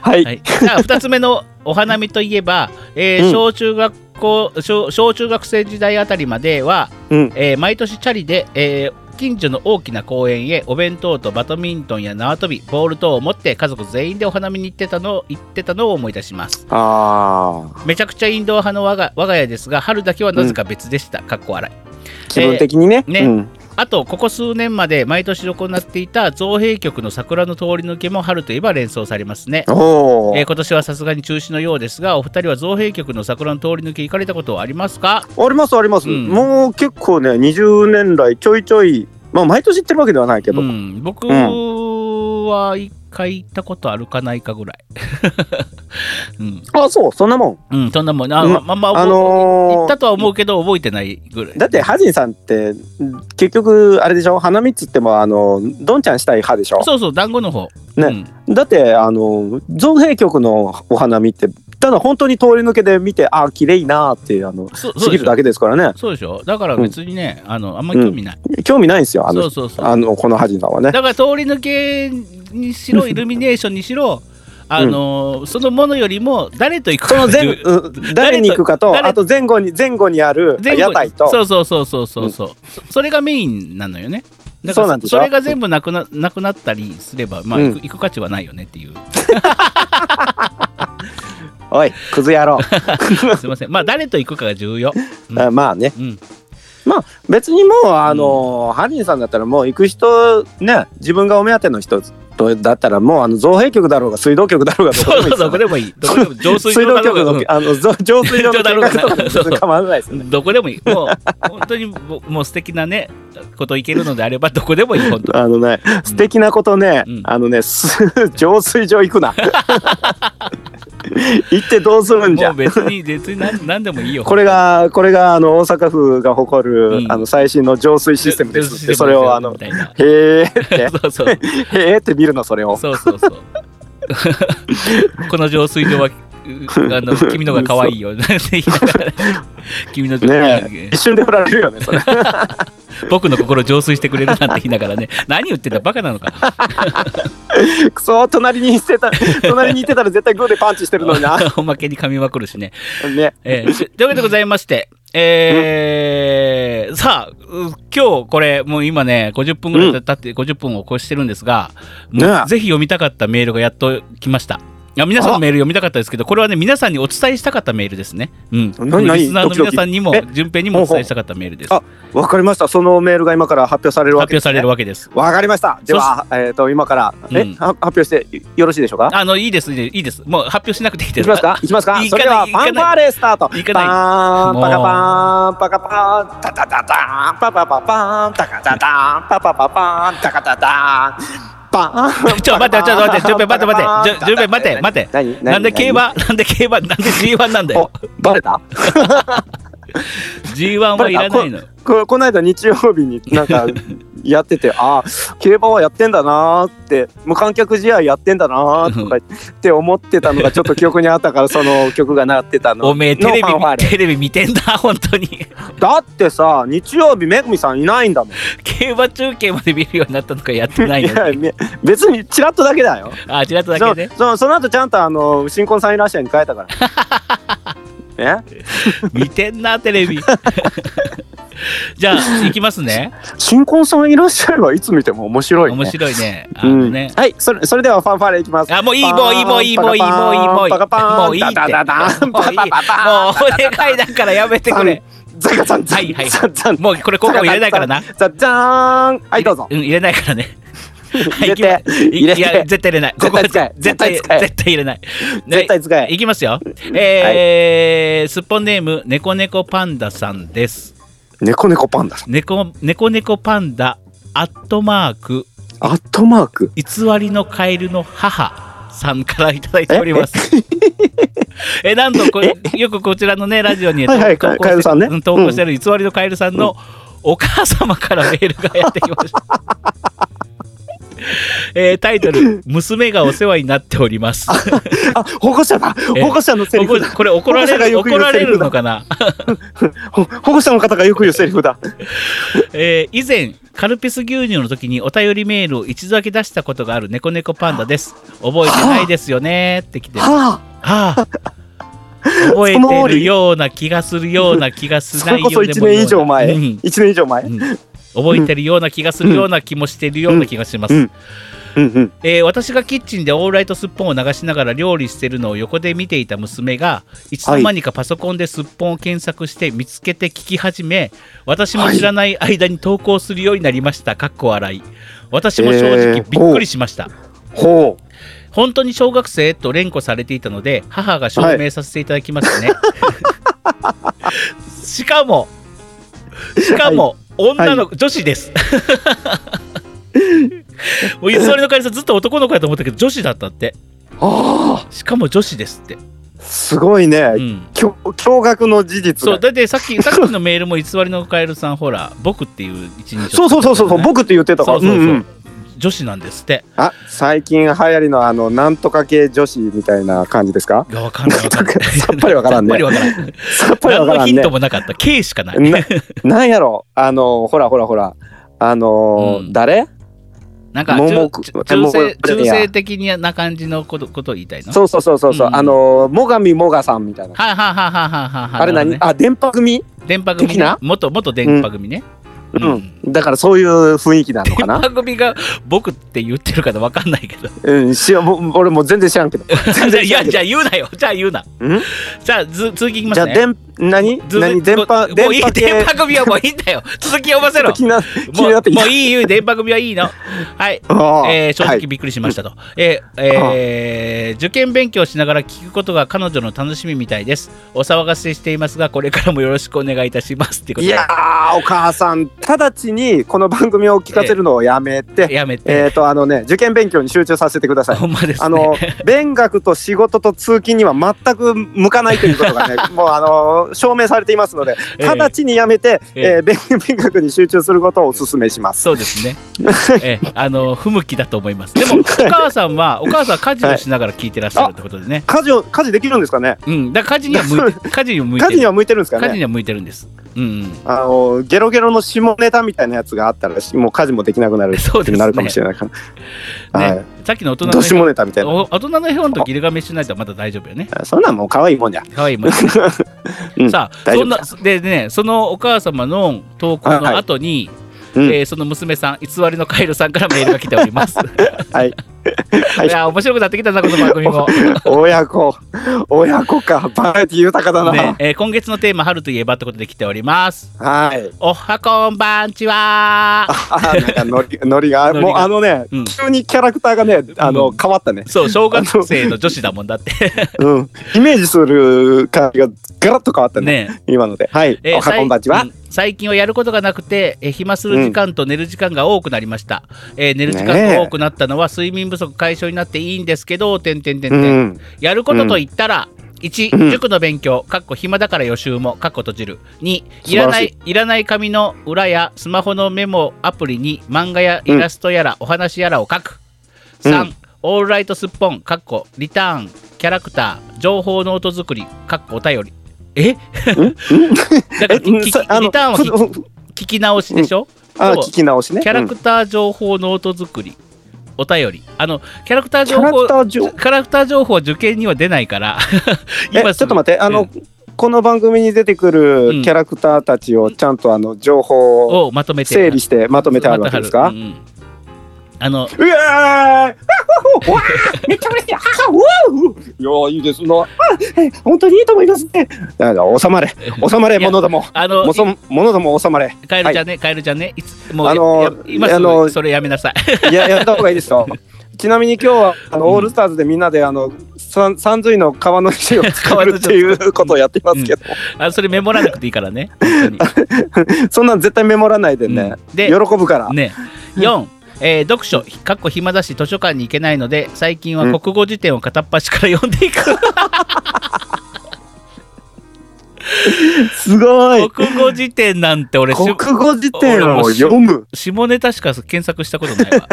S2: はい。
S1: はい、じゃあ2つ目のお花見といえば、えー
S2: うん
S1: 小中学校小小中学生時代あたりまでは、
S2: うん。
S1: えー毎年チャリで、えー近所の大きな公園へお弁当とバドミントンや縄跳びボール等を持って家族全員でお花見に行ってたの行ってたのを思い出します
S2: ああ、
S1: めちゃくちゃインドア派の我が我が家ですが春だけはなぜか別でした、かっこ笑い
S2: 気分的にね。
S1: えーね
S2: うん。
S1: あとここ数年まで毎年行っていた造幣局の桜の通り抜けも春といえば連想されますね
S2: おお、
S1: えー今年はさすがに中止のようですがお二人は造幣局の桜の通り抜け行かれたことはありますか
S2: ありますあります、
S1: うん
S2: もう結構ね、20年来ちょいちょいまあ、毎年行ってるわけではないけど、
S1: うん、僕は一回行ったことあるかないかぐらい。 うん、
S2: あそうそんなもん
S1: うん、そんなもん、あ、
S2: うん
S1: まあまあ、
S2: あのー
S1: 行ったとは思うけど、覚えてないぐらい。
S2: だってハジンさんって結局あれでしょ花見っつってもあのどんちゃんしたい派でしょ
S1: そうそう、団子の方。
S2: ね
S1: うん
S2: だってあの造幣局のお花見ってただ本当に通り抜けで見てああ綺麗いなーってあの
S1: そそう
S2: 過
S1: で
S2: ぎ
S1: し
S2: る
S1: ょ
S2: だけですからね
S1: そうでしょだから別にね、あの、あんまり興味ない。
S2: 興味ないんですよあの
S1: そうそうそう。
S2: あのこのハジンさんはね
S1: だから通り抜けにしろ、イルミネーションにしろ、あのーそのものよりも、誰と行く
S2: そ
S1: か
S2: の
S1: って
S2: 前
S1: いう
S2: うん誰に行くかと
S1: 誰と
S2: あと前後に前後にある
S1: 前後に
S2: 屋台と
S1: そうそうそうそうそうそう、そそれがメインなのよねだか
S2: そ
S1: ら
S2: うなんでしょ
S1: それが全部なくななくなったりすればまあ
S2: うん
S1: 行く,、行く価値はないよねっていう
S2: おいクズ野郎
S1: すいませんまあ誰と行くかが 重要うん
S2: あまあね
S1: うん
S2: 別にもうあの、ハリーさんだったらもう行く人ね自分がお目当ての人とだったらもうあの造幣局だろうが水道局だろうが
S1: そうそうそうどこ
S2: で
S1: でもいいどこでも浄水
S2: 水
S1: 場
S2: 道
S1: だろ
S2: 局
S1: う
S2: の
S1: が
S2: あのぞ浄水場の見学とか別に構わないです
S1: う
S2: よね
S1: んどこでもいいもう本当にもうもう素敵なねこと行けるのであればどこでもいい本当
S2: あのね素敵なことね、
S1: うん
S2: あのねす浄水場行くな行ってどうするんじ
S1: も
S2: ゃ
S1: う別に別に何何でもいいよ
S2: これがこれがあの大阪府が誇る、
S1: うん
S2: あの最新の浄水システムですってそれをあの
S1: みたいな
S2: へえって
S1: そうそう
S2: へえって見るのそれを
S1: そうそう そう。この浄水場は、うあの、君のが可愛い よ。なんて言いながら君の、
S2: ね一瞬で振られるよねそれ
S1: 僕の心を浄水してくれるなんて言いながらね、何言ってんだ、バカなのか。
S2: くそ隣にしてた隣にいてたら絶対グーでパンチしてるのに な
S1: おまけに噛みまくるしね。
S2: ね
S1: えーというわけでございまして、えーさあ、う今日これ、もう今ね、50分ぐらい経って、50分を超してるんですが、もう
S2: ねえ
S1: ぜひ読みたかったメールがやっと来ました。いや皆さんの
S2: あ
S1: メール読みたかったですけど、これはね、皆さんにお伝えしたかったメールですね。うん。
S2: 何何
S1: リスナーの皆さんにも
S2: ドキド、
S1: 順平にもお伝えしたかったメールです。
S2: あ
S1: 発
S2: わかりましたそのメールが今から発表されるわ
S1: 表
S2: けです、
S1: さ
S2: ね、
S1: れるわけです。
S2: わかりましたではえっ、と今から、え
S1: うん
S2: は発表してよろしいでしょうか
S1: あの、いいです、いいです。もう発表しなくていいで
S2: い
S1: す。
S2: きますかいきますか
S1: い
S2: そ
S1: かないいかない
S2: れではファンファーレスタート
S1: いかない
S2: パー
S1: も
S2: ン
S1: う
S2: パカパーンパカパーンタタタタンパパパパーンタカタタンパパパパーンタカタタンパーン
S1: ちょ待ってちょっと待って順平待って待って順順平待って待って
S2: て
S1: なんで競 馬、なんで競馬、なんで G1 なんだよ。
S2: バレた
S1: G1 はいらないの。
S2: ここの間日曜日になん かやっててあー競馬はやってんだなーって無観客試合やってんだなーとかって思ってたのがちょっと記憶にあった からその曲が鳴ってたの
S1: おめえテレビ
S2: のファンファーレ
S1: テレビ見てんだ本当に
S2: だってさ日曜日めぐみさんいないんだもん
S1: 競馬中継まで見るようになったとかやってないいの
S2: やめ別にチラッとだけだよ
S1: あちらっとだけね
S2: そそその後ちゃんとあの新婚さんいらっしゃいに変えたからえ
S1: 見てんなテレ ビじゃあ行きますね
S2: 新婚さんいらっしゃいはいつ見ても面白い、ね、
S1: 面白いねあ
S2: う
S1: の
S2: ん
S1: ね、
S2: はいそれそれではファンファーレいきます
S1: あもういいもういいもういいもういいもういいもういい
S2: パカパーン
S1: もういいって
S2: ダダダダン
S1: もういいもう
S2: パパパパ
S1: お願いだからやめてくれ
S2: ザカザンザン
S1: はいはい
S2: ザンザン
S1: もうこれ効果も入れないからな
S2: ザッザーンはいどうぞ
S1: ん入れないからねは
S2: 入
S1: い
S2: れて入れ
S1: いや
S2: て
S1: 絶対入れないここは
S2: 絶対使え
S1: 絶対
S2: 絶対使え
S1: 絶対入れないね
S2: 絶対使え
S1: いきますよ。えーすっぽんネーム、猫猫パンダさんです。
S2: 猫猫パンダさん
S1: 猫猫猫パンダ、アットマーク、
S2: アットマーク
S1: 偽りのカエルの母さんからいただいております。 え、なんとこ、よくこちらのね、ラジオに
S2: はいはい
S1: 投稿して
S2: カエルさんね
S1: う投稿してる偽りのカエルさんのお母様からメールがやってきました。えータイトル「娘がお世話になっております」
S2: あ保護者だ
S1: え
S2: 保護者のセリフだ
S1: これ怒ら
S2: 保護者が
S1: れる
S2: よく
S1: 怒
S2: 言う
S1: られ
S2: セリ
S1: る
S2: フだ
S1: のかな
S2: ほ保護者の方がよく言うセリフだ
S1: えー以前カルピス牛乳の時にお便りメールを一度だけ出したことがある猫猫パンダです覚えてないですよねって来てるは
S2: はあ
S1: あ覚えてるような気がするような気がし
S2: そ
S1: ない
S2: れ
S1: よ
S2: こそ
S1: で
S2: 1
S1: もよう
S2: 年
S1: な
S2: 以上前
S1: う
S2: 1
S1: ん
S2: 年以上前う
S1: うんん覚えてるような気がするような気もしているような気がします、
S2: うんうん
S1: えー私がキッチンでオールライトすっぽんを流しながら料理してるのを横で見ていた娘がいつの間にかパソコンですっぽんを検索して見つけて聞き始め私も知らない間に投稿するようになりましたかっこ笑い私も正直びっくりしました、
S2: ほう
S1: 本当に小学生と連呼されていたので母が証明させていた だきましたね、しかもしかも、女の子、女子です。もう偽りの会社ずっと男の子やと思ったけど女子だったって
S2: あ
S1: しかも女子ですって、
S2: あすごいね、
S1: うん、
S2: きょ驚愕の事実
S1: そう
S2: が
S1: だってさっ きさっきのメールも偽りのカエルさんほら僕っていう一人称
S2: そうそうそうそうそう僕って言ってたか
S1: そ
S2: ら
S1: うそうそう、
S2: うんうん
S1: 女子なんですって
S2: あ最近流行りのあのなんとか系女子みたいな感じですか
S1: いやわかんないわかんない
S2: さっぱりわからんね
S1: さっぱりわからん
S2: さっぱりわ
S1: 何
S2: から
S1: の
S2: ん
S1: ヒン
S2: ね
S1: トもなかった K しかない
S2: ななんやろあのほらほらほらあのー
S1: うん
S2: 誰
S1: なんか
S2: もう
S1: 中
S2: もう
S1: 中
S2: も
S1: 中
S2: うも
S1: 性
S2: う
S1: 中性的な感じのことことを言いたいの
S2: そうそうそうそうそう、
S1: うん
S2: あのー最上もがさんみたいな、
S1: はいはいはいはいはいはいはい
S2: あれ何、
S1: なるほどね
S2: あ電波組、
S1: 電波組
S2: 的
S1: ね
S2: な
S1: 元元電波組ね
S2: うん
S1: うん
S2: だからそういう雰囲気なのか
S1: 電
S2: な
S1: 波組が僕って言ってるからわかんないけど
S2: うんしも俺もう全然知らんけど全然
S1: い
S2: 知ら
S1: や
S2: ん
S1: じ
S2: けど
S1: ゃあ言うなよじゃあ言うな
S2: うん
S1: じゃあず続きいきま
S2: じゃ
S1: すね
S2: あ電何
S1: ず
S2: 何電波
S1: もうも
S2: 電
S1: ういい
S2: 波系
S1: 電波組はもういいんだよ続き読ませろ
S2: 気にな気
S1: も
S2: になっ
S1: う
S2: てきた
S1: もういいよ電波組はいいのはい
S2: ああ
S1: えー正
S2: は
S1: 直
S2: い
S1: びっくりしましたと、えーえー受験勉強しながら聞くことが彼女の楽しみみたいですお騒がせしていますがこれからもよろしくお願いいたしますっていうこ
S2: い
S1: とで
S2: やーお母さん直ちにこの番組を聞かせるのをやめて
S1: やめ
S2: え
S1: て、
S2: っ、とあのね受験勉強に集中させてください
S1: ほんまですね
S2: あの勉学と仕事と通勤には全く向かないということ がねもうあの証明されていますので
S1: ええ
S2: 直ちにやめて、
S1: ええ
S2: えー勉勉学に集中することをお勧めします。
S1: そうです ねえーあの不向きだと思いますでもお母さんはお母さんは家事をしながら聞いてらっしゃるってことでね、
S2: 家事を家事できるんですかね
S1: うんだから家事には向いて家事には向いて
S2: 家事に
S1: る
S2: は向いてるんですか
S1: 家事
S2: ね
S1: には向いてるんですうん、うん
S2: あのゲロゲロの下ネタみたいなやつがあったらしもう家事もできなくなる
S1: そうですね
S2: なるかもしれないから、
S1: ね
S2: はい
S1: さっきの大人の
S2: ど下ネタみたいな
S1: お大人の絵本とギルガメッシュナイトはまだ大丈夫よね。
S2: そんなんもう可愛いもんじゃ
S1: 可愛いもん。
S2: うん
S1: さあ、
S2: 大丈
S1: そん
S2: 夫
S1: な、でね、そのお母様の投稿の後に、
S2: うん
S1: えーその娘さん、偽りのカエルさんからメールが来ております。
S2: はい
S1: いや、面白くなってきたな、この番組 も。
S2: 親子親子かバラエティ豊かだな、
S1: ねえー今月のテーマ、春といえばってことで来ております。
S2: はい
S1: おはこんばんちは。
S2: あなんか ノリノリが
S1: ノリが
S2: もうあのね、
S1: うん
S2: 急にキャラクターがねあの、
S1: うん
S2: 変わったね、
S1: そう、小学生の女子だもん だって。
S2: うん、イメージする感じがガラッと変わったね
S1: ね
S2: 今のではい、
S1: えー
S2: おはこんばんちは、
S1: 最うん最近はやることがなくて、えー暇する時間と寝る時間が多くなりました、えー寝る時間が多くなったのは睡眠不足解消になっていいんですけど、てんてんてん
S2: う
S1: てん
S2: ん、
S1: やることと言ったら、1、
S2: うん
S1: 塾の勉強、かっこ暇だから予習も、かっこ閉じる。2、
S2: 素
S1: い
S2: 晴
S1: ら
S2: ら
S1: な
S2: しい
S1: い、いらない紙の裏やスマホのメモアプリに漫画やイラストやら、お話やらを書く。3、
S2: うん
S1: オールライトすっぽん、かっこリターン、キャラクター、情報ノート作り、かっこお便り。え だから
S2: え
S1: き
S2: うん
S1: きリタ
S2: さあの
S1: ーンは
S2: ふ
S1: 聞
S2: ふ
S1: き聞き直しでしょ、
S2: あ
S1: そう
S2: 聞き直しね
S1: キャラ
S2: う
S1: ク
S2: ん
S1: ター情報ノート作り、お便り。あの、キャラクター
S2: キ
S1: 情
S2: ャラ
S1: 報
S2: クタ、ー上
S1: キャラクター情報は受験には出ないから、
S2: えちょっと待ってあの、
S1: うん
S2: この番組に出てく
S1: うん
S2: るキャラクターたちをちゃんとあの情報を
S1: をまとめて
S2: 整理してまとめてあるわけですか、
S1: まとめてあるうんあの
S2: うわーうわーめっちゃ嬉しいあーうわーうわーいやーいいですなあえ本当にいいと思いますねだから収まれ収まれ
S1: いや
S2: 者ども
S1: あの
S2: もそ者ども収まれ
S1: カエルちゃんねカエルちゃんねいつもう
S2: あのー
S1: や今す
S2: あの
S1: ぐ
S2: ー
S1: それやめなさい
S2: いややった方がいいですよ ちなみに今日はあの、オールスターズでみんなであのさん三髄の川の字を作るっていうことをやってますけど、
S1: あのそれメモらなくていいからね本
S2: そんなん絶対メモらないで
S1: 当に
S2: ね、
S1: うんで
S2: 喜ぶから、
S1: ね4えー読書かっこ暇だし図書館に行けないので最近は国語辞典を片っ端から読んでいく、
S2: すごい
S1: 国語辞典なんて俺し
S2: 国語辞典を読む
S1: 下ネタしか検索したことないわ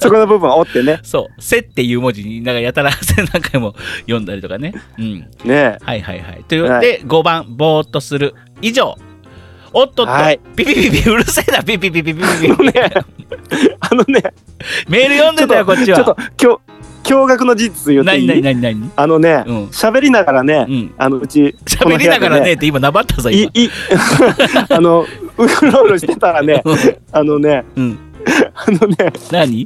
S2: そこの部分を折ってね
S1: そう「せ」っていう文字になんかやたら何回も読んだりとかねうん
S2: ね
S1: はいはいはい。という、
S2: はい
S1: で5番、ぼーっとする。以上。おっとっと、
S2: はい
S1: ピピピピうるせえな、ピピピピピピ
S2: あの
S1: ピ。
S2: ねあのね
S1: メール読んでたよ、こっちは。
S2: ちょっときょ驚愕の事実言ってい
S1: 何
S2: い
S1: 何何何
S2: あのね
S1: うん
S2: 喋、りながらね、
S1: うん。
S2: あのうちこ
S1: 喋
S2: の部
S1: り
S2: 屋
S1: な
S2: で
S1: がらねって今なばったぞ、
S2: い
S1: 今。
S2: い あのうろうろしてた らねあのね
S1: うん。
S2: あのね
S1: 何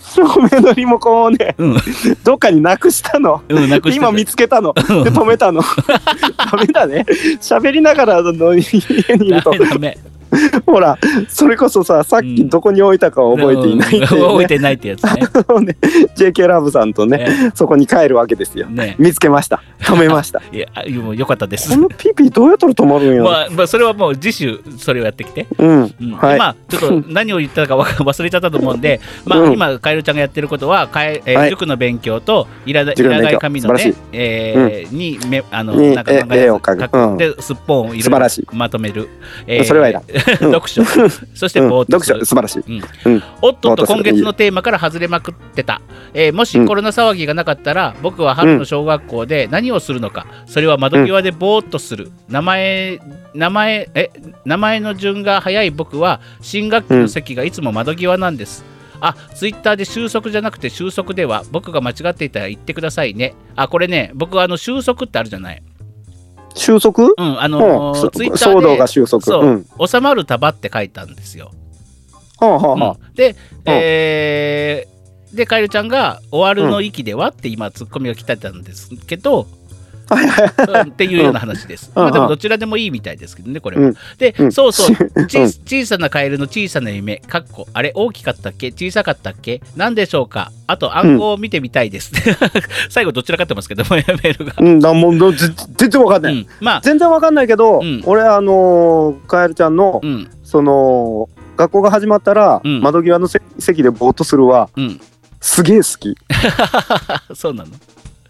S2: 照明のリモコンをね
S1: うん。
S2: どっかになくしたの
S1: うん、なくしてた
S2: 今見つけたので
S1: うん
S2: 止 めたのダメだね喋りながらあの家にいる
S1: ダ
S2: と
S1: メダメ。
S2: ほら、それこそさ、さっきどこに置いたかは覚えていないっていう
S1: うん覚え
S2: ね
S1: てないってやつね。
S2: あのね JK ラブさんとね、
S1: ね
S2: そこに帰るわけですよ。
S1: ね
S2: 見つけました。止め ました。
S1: いや、あもうよかったです
S2: こ。のピーピーどうやったら止まるんやろ、
S1: まあ、まあ、それはもう次週、それをやってきて。
S2: うん、
S1: うん
S2: はい。
S1: まあ、ちょっ と何を言ったかわか 忘れちゃったと思うんで、まあ、
S2: うん
S1: 今、カエルちゃんがやってることは、かええー
S2: はい
S1: 塾の勉強と、いらない
S2: 塾の勉強
S1: い紙の
S2: 素晴
S1: ね
S2: らし、
S1: えーにめあの
S2: に
S1: なんか
S2: え
S1: 考え
S2: 絵を描くうん
S1: で、すっぽんをい
S2: 素
S1: ろいろ
S2: 晴らしい
S1: まとめる、
S2: それはいらん
S1: 読 書、そして
S2: うん
S1: ぼーっと
S2: 読
S1: する
S2: 書素晴らしい。
S1: おっとっと
S2: ぼーっとする
S1: 今月のテーマから外れまくってた、えーもしコロナ騒ぎがなかったら、僕は春の小学校で何をするのかそれは窓際でぼーっとする、名前名前え名前の順が早い僕は新学期の席がいつも窓際なんです、あツイッターで収束じゃなくて収束では僕が間違っていたら言ってくださいねあこれね僕はあの収束ってあるじゃない
S2: 収束、
S1: うんあ
S2: う
S1: のー
S2: そ
S1: ツイッター
S2: 騒動が
S1: で
S2: 収束。
S1: そう、
S2: ん。
S1: 収まる束って書いたんですよ
S2: はあはあは
S1: で、えーで、カエルちゃんが「終わるの域では?」って今ツッコミが来てたんですけど、
S2: あ。はいはいはい
S1: うんっていうような話です。
S2: うん
S1: まあ、で
S2: う
S1: も
S2: ん
S1: どちらでもいいみたいですけどね、これは。
S2: うん
S1: で、
S2: うん
S1: そうそう、 ち
S2: うん
S1: 小さなカエルの小さな夢、かっこ、あれ、大きかったっけ小さかったっけなんでしょうかあと、暗号を見てみたいです。 最後、どちらかってますけども、メールが。
S2: うん、だもうどぜ全然わかん
S1: う
S2: ない。
S1: ん、まあ、
S2: 全然わかんないけど、
S1: うん
S2: 俺あのー、カエルちゃんの、
S1: うん、
S2: その学校が始まったら、
S1: うん
S2: 窓際のせ席でぼーっとするは
S1: うん。
S2: すげえ好き。
S1: そうなの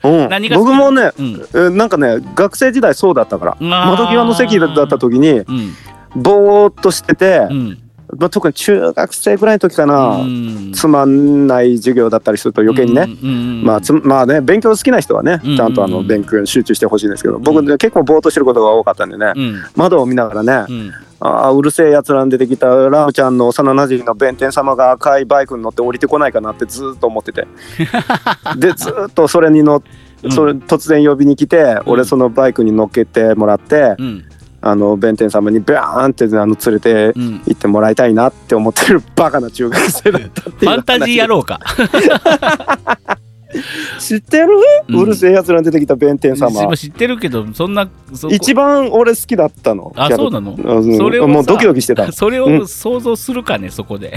S2: うん、
S1: 何が好き
S2: 僕もね、
S1: うん。
S2: えなんかね学生時代そうだったから
S1: あー
S2: 窓際の席だった時に
S1: うん。
S2: ぼーっとしてて、
S1: うん。
S2: まあ、特に中学生ぐらいの時かな、
S1: うん
S2: つまんない授業だったりすると余計にね、
S1: うんうん
S2: まあ、つまあね勉強好きな人はね
S1: うん
S2: ちゃんとあの勉強に集中してほしいんですけど僕
S1: うん
S2: ね結構ぼーっとしてることが多かったんでね、
S1: うん。
S2: 窓を見ながらね、
S1: うん。
S2: ああうるせえやつらに出てきたラムちゃんの幼なじみの弁天様が赤いバイクに乗って降りてこないかなってずーっと思っ ててでずーっとそれに乗っ
S1: うん
S2: それ突然呼びに来て、
S1: うん
S2: 俺そのバイクに乗っけてもらって、
S1: うん。
S2: あの弁天様にビャーンってあの連れて
S1: うん。
S2: 行ってもらいたいなって思ってるバカな中学生だったって
S1: フ
S2: いう
S1: ァンタジー野
S2: ろ
S1: 郎か。
S2: 知ってる、 う
S1: うん
S2: るせえやつらに出てきた弁天様
S1: 知ってるけど、そんな、そ
S2: 一番俺好きだったの
S1: あ、
S2: キャラ
S1: そうなの
S2: うん
S1: それをさ
S2: もうドキドキしてた
S1: それ
S2: う
S1: を
S2: ん
S1: 想像するかね、そこで。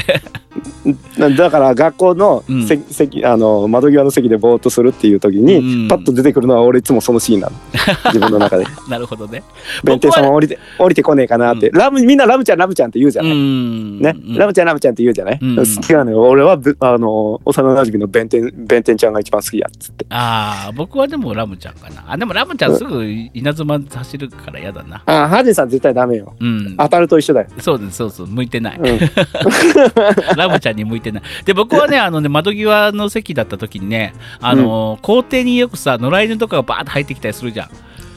S2: なだから学校の
S1: うん
S2: 席、席あの窓際の席でぼーっとするっていう時に、
S1: うん
S2: パッと出てくるのは俺いつもそのシーンなの自分 の中で
S1: なるほどね。
S2: 弁天様降りて降りてこねえかなって、
S1: う
S2: ラムみんなラムちゃんラムちゃんって言うじゃ
S1: う
S2: ない、
S1: ん。
S2: ね
S1: うん
S2: ラムちゃんラムちゃんって言うじゃない、
S1: うん
S2: 好きなのよ俺はぶあの幼馴染の弁天弁天ちゃんが一番好きやっつって
S1: ああ、僕はでもラムちゃんかな。あ、でもラムちゃんすぐ稲妻走るから嫌だな。
S2: あーハジンさん絶対ダメよ
S1: うん。
S2: 当たると一緒だよ、
S1: そうです、そうそう、向いてない。
S2: うん、
S1: ラムちゃんに向いてない。で、僕はね、あのね、窓際の席だった時にね、あの、校庭によくさ、野良犬とかがバーッと入ってきたりするじゃん。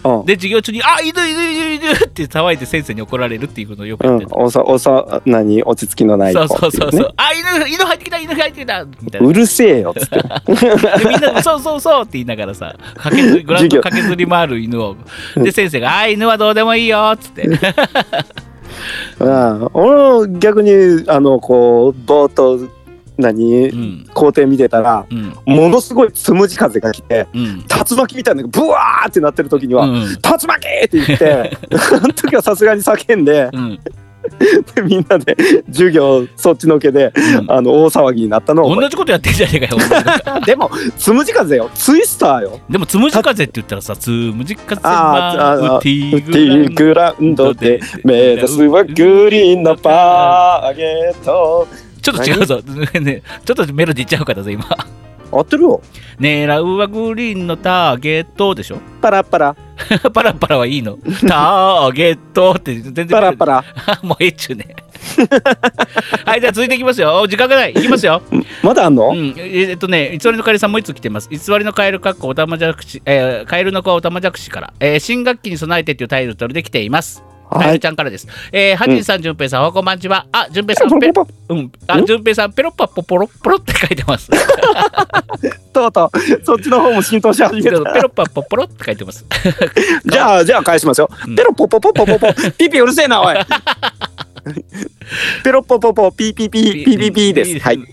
S2: うん
S1: で、授業中に、あ、犬、犬、犬、犬って騒いで先生に怒られるっていうことをよく
S2: う
S1: や
S2: ん
S1: ってた。
S2: おさおさ何落ち着きのない子
S1: そう
S2: ってい
S1: そうそう
S2: ね
S1: そう。あ、犬、犬入ってきた、犬入ってきたみたいうな。
S2: るせえよっつって
S1: でみんな、そうそうそうって言いながらさ、駆けずりグラウンド駆けずり回る犬を。で、先生が、あ、犬はどうでもいいよっつって。
S2: うん俺も逆にあのこうぼーっと何、
S1: うん。
S2: 校庭見てたら
S1: うん。
S2: ものすごいつむじ風が来て
S1: うん。
S2: 竜巻みたいなのがブワーってなってる時に
S1: う
S2: は「
S1: ん。
S2: 竜巻!」って言って あの時はさすがに叫んで
S1: うん。
S2: でみんなで授業そっちのけで
S1: うん
S2: あの大騒ぎになったのを覚
S1: 同じことやってんじゃねえか よ。
S2: えてるでもつむじ風よツイスターよ
S1: でも、つむじ風って言ったらさ、つむじ風
S2: あーあー
S1: は
S2: あー
S1: ウティ
S2: 「ティー
S1: グ
S2: グラウンドで目指すはグリーンのパーゲット
S1: ちょっと違うぞ。ねちょっとメロディーちゃうからさ、今。」
S2: 合ってるよ
S1: 狙うはグリーンのターゲットでしょ
S2: パラパラ
S1: パラパラはいいの。ターゲットって全然。
S2: パラパラ
S1: もうええっちゅうね。はい、じゃあ続いていきますよ。お時間がない。いきますよ。
S2: まだあん
S1: う
S2: の
S1: ん、ええっとね、偽りのカエルさんもいつ来てます。偽りのカエルかっこおたまじゃくし、えー、カエルの子はおたまじゃくしから、えー新学期に備えてというタイトルで来ています。
S2: はい
S1: カエルちゃんからです。えー、はじさん、じゅんぺいさん、おはこんばんちは。あ、じゅんぺいさん、ペロ、うん、あ、
S2: ん
S1: じゅんぺいさん、ペロッパポポロッポロって書いてます。
S2: とうとうそっちの方も浸透し始
S1: ペ
S2: め
S1: ロ
S2: た
S1: ッパポポロって書いてます。
S2: じゃあ、じゃあ返しますよ
S1: うん。
S2: ペロポポポポポポ、ピピうるせえな、おい。ペロッポポポピーピーピーピーピーピーです。はい。
S1: 明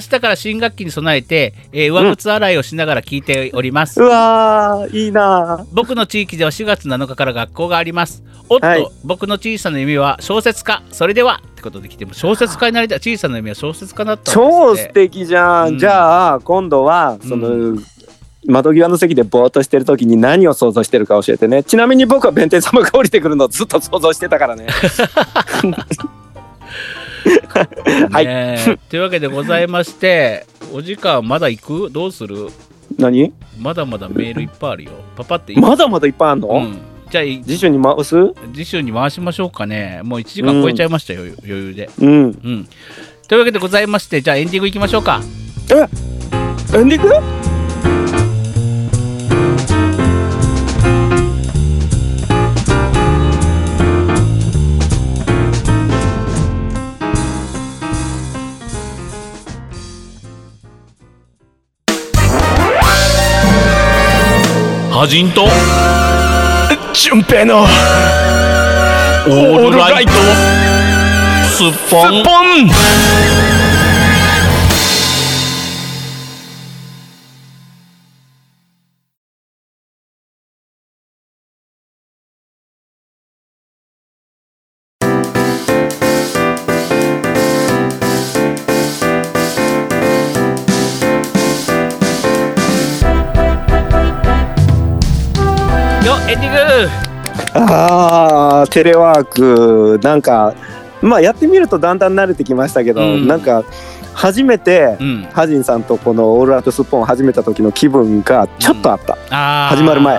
S1: 日から新学期に備えて、えー上靴洗いをしながら聞いております、
S2: うわーいいな
S1: 僕の地域では4月7日から学校がありますおっと、
S2: はい
S1: 僕の小さな夢は小説家それではってことで来ても小説家になりたい小さな夢は小説家だっ
S2: ー
S1: たんですね
S2: 超素敵じゃん、
S1: うん
S2: じゃあ今度はその、窓際の席でぼーっとしてる時に何を想像してるか教えてねちなみに僕は弁天様が降りてくるのをずっと想像してたからね はい
S1: ねえ というわけでございましてお時間まだ行くどうする
S2: 何
S1: まだまだメールいっぱいあるよパパっていい
S2: まだまだいっぱいあんの、
S1: うんじゃあい
S2: 辞書に回すう
S1: 次週に回しましょうかねもう1時間超えちゃいましたよ、余裕で
S2: んえ
S1: うんというわけでございましてじゃあエンディングいきましょうか
S2: エンディング
S4: ハジンと純平のオールライトスッポン
S1: よエンディング
S2: あーテレワークなんかまあやってみるとだんだん慣れてきましたけど、
S1: うん
S2: なんか初めて、
S1: うん
S2: ハジンさんとこの「オールアウトスッポン」を始めた時の気分がちょっとあった、
S1: あー
S2: 始まる前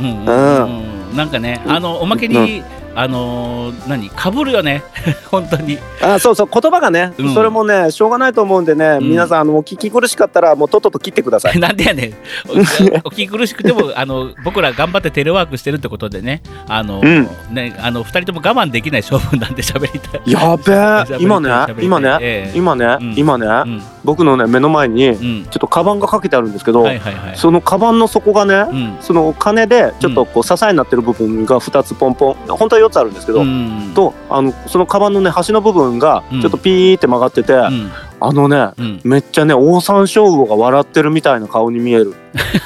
S1: うんうん、うん、なんかねあのおまけに、あのー何かぶるよね 本当に
S2: あそうそう言葉がね、
S1: うん
S2: それもねしょうがないと思うんでね、
S1: うん
S2: 皆さんあのお聞き苦しかったらもうとっとと切ってくださ い
S1: なんでやねんおお聞き苦しくて もあの僕ら頑張ってテレワークしてるってことでねあの、
S2: うん
S1: ねあの2人とも我慢できない性分なんで喋りたい
S2: やべ
S1: 喋りた
S2: え
S1: い
S2: 今ね
S1: 喋りたい
S2: 今ね
S1: ええ
S2: 今ね、
S1: うん
S2: 今ね、
S1: うん
S2: 僕のね目の前にちょ
S1: うん
S2: っとカバンがかけてあるんですけど、
S1: はいはいはい
S2: そのカバンの底がね、
S1: うん
S2: その金でちょっとこう支えになってる部分が2つポンポン本当は4つあるんですけど、
S1: うん
S2: とあのそのカバンのね端の部分が
S1: うん
S2: ちょっとピーって曲がってて、
S1: うん
S2: あのね
S1: うん
S2: めっちゃねオオサンショウウオが笑ってるみたいな顔に見える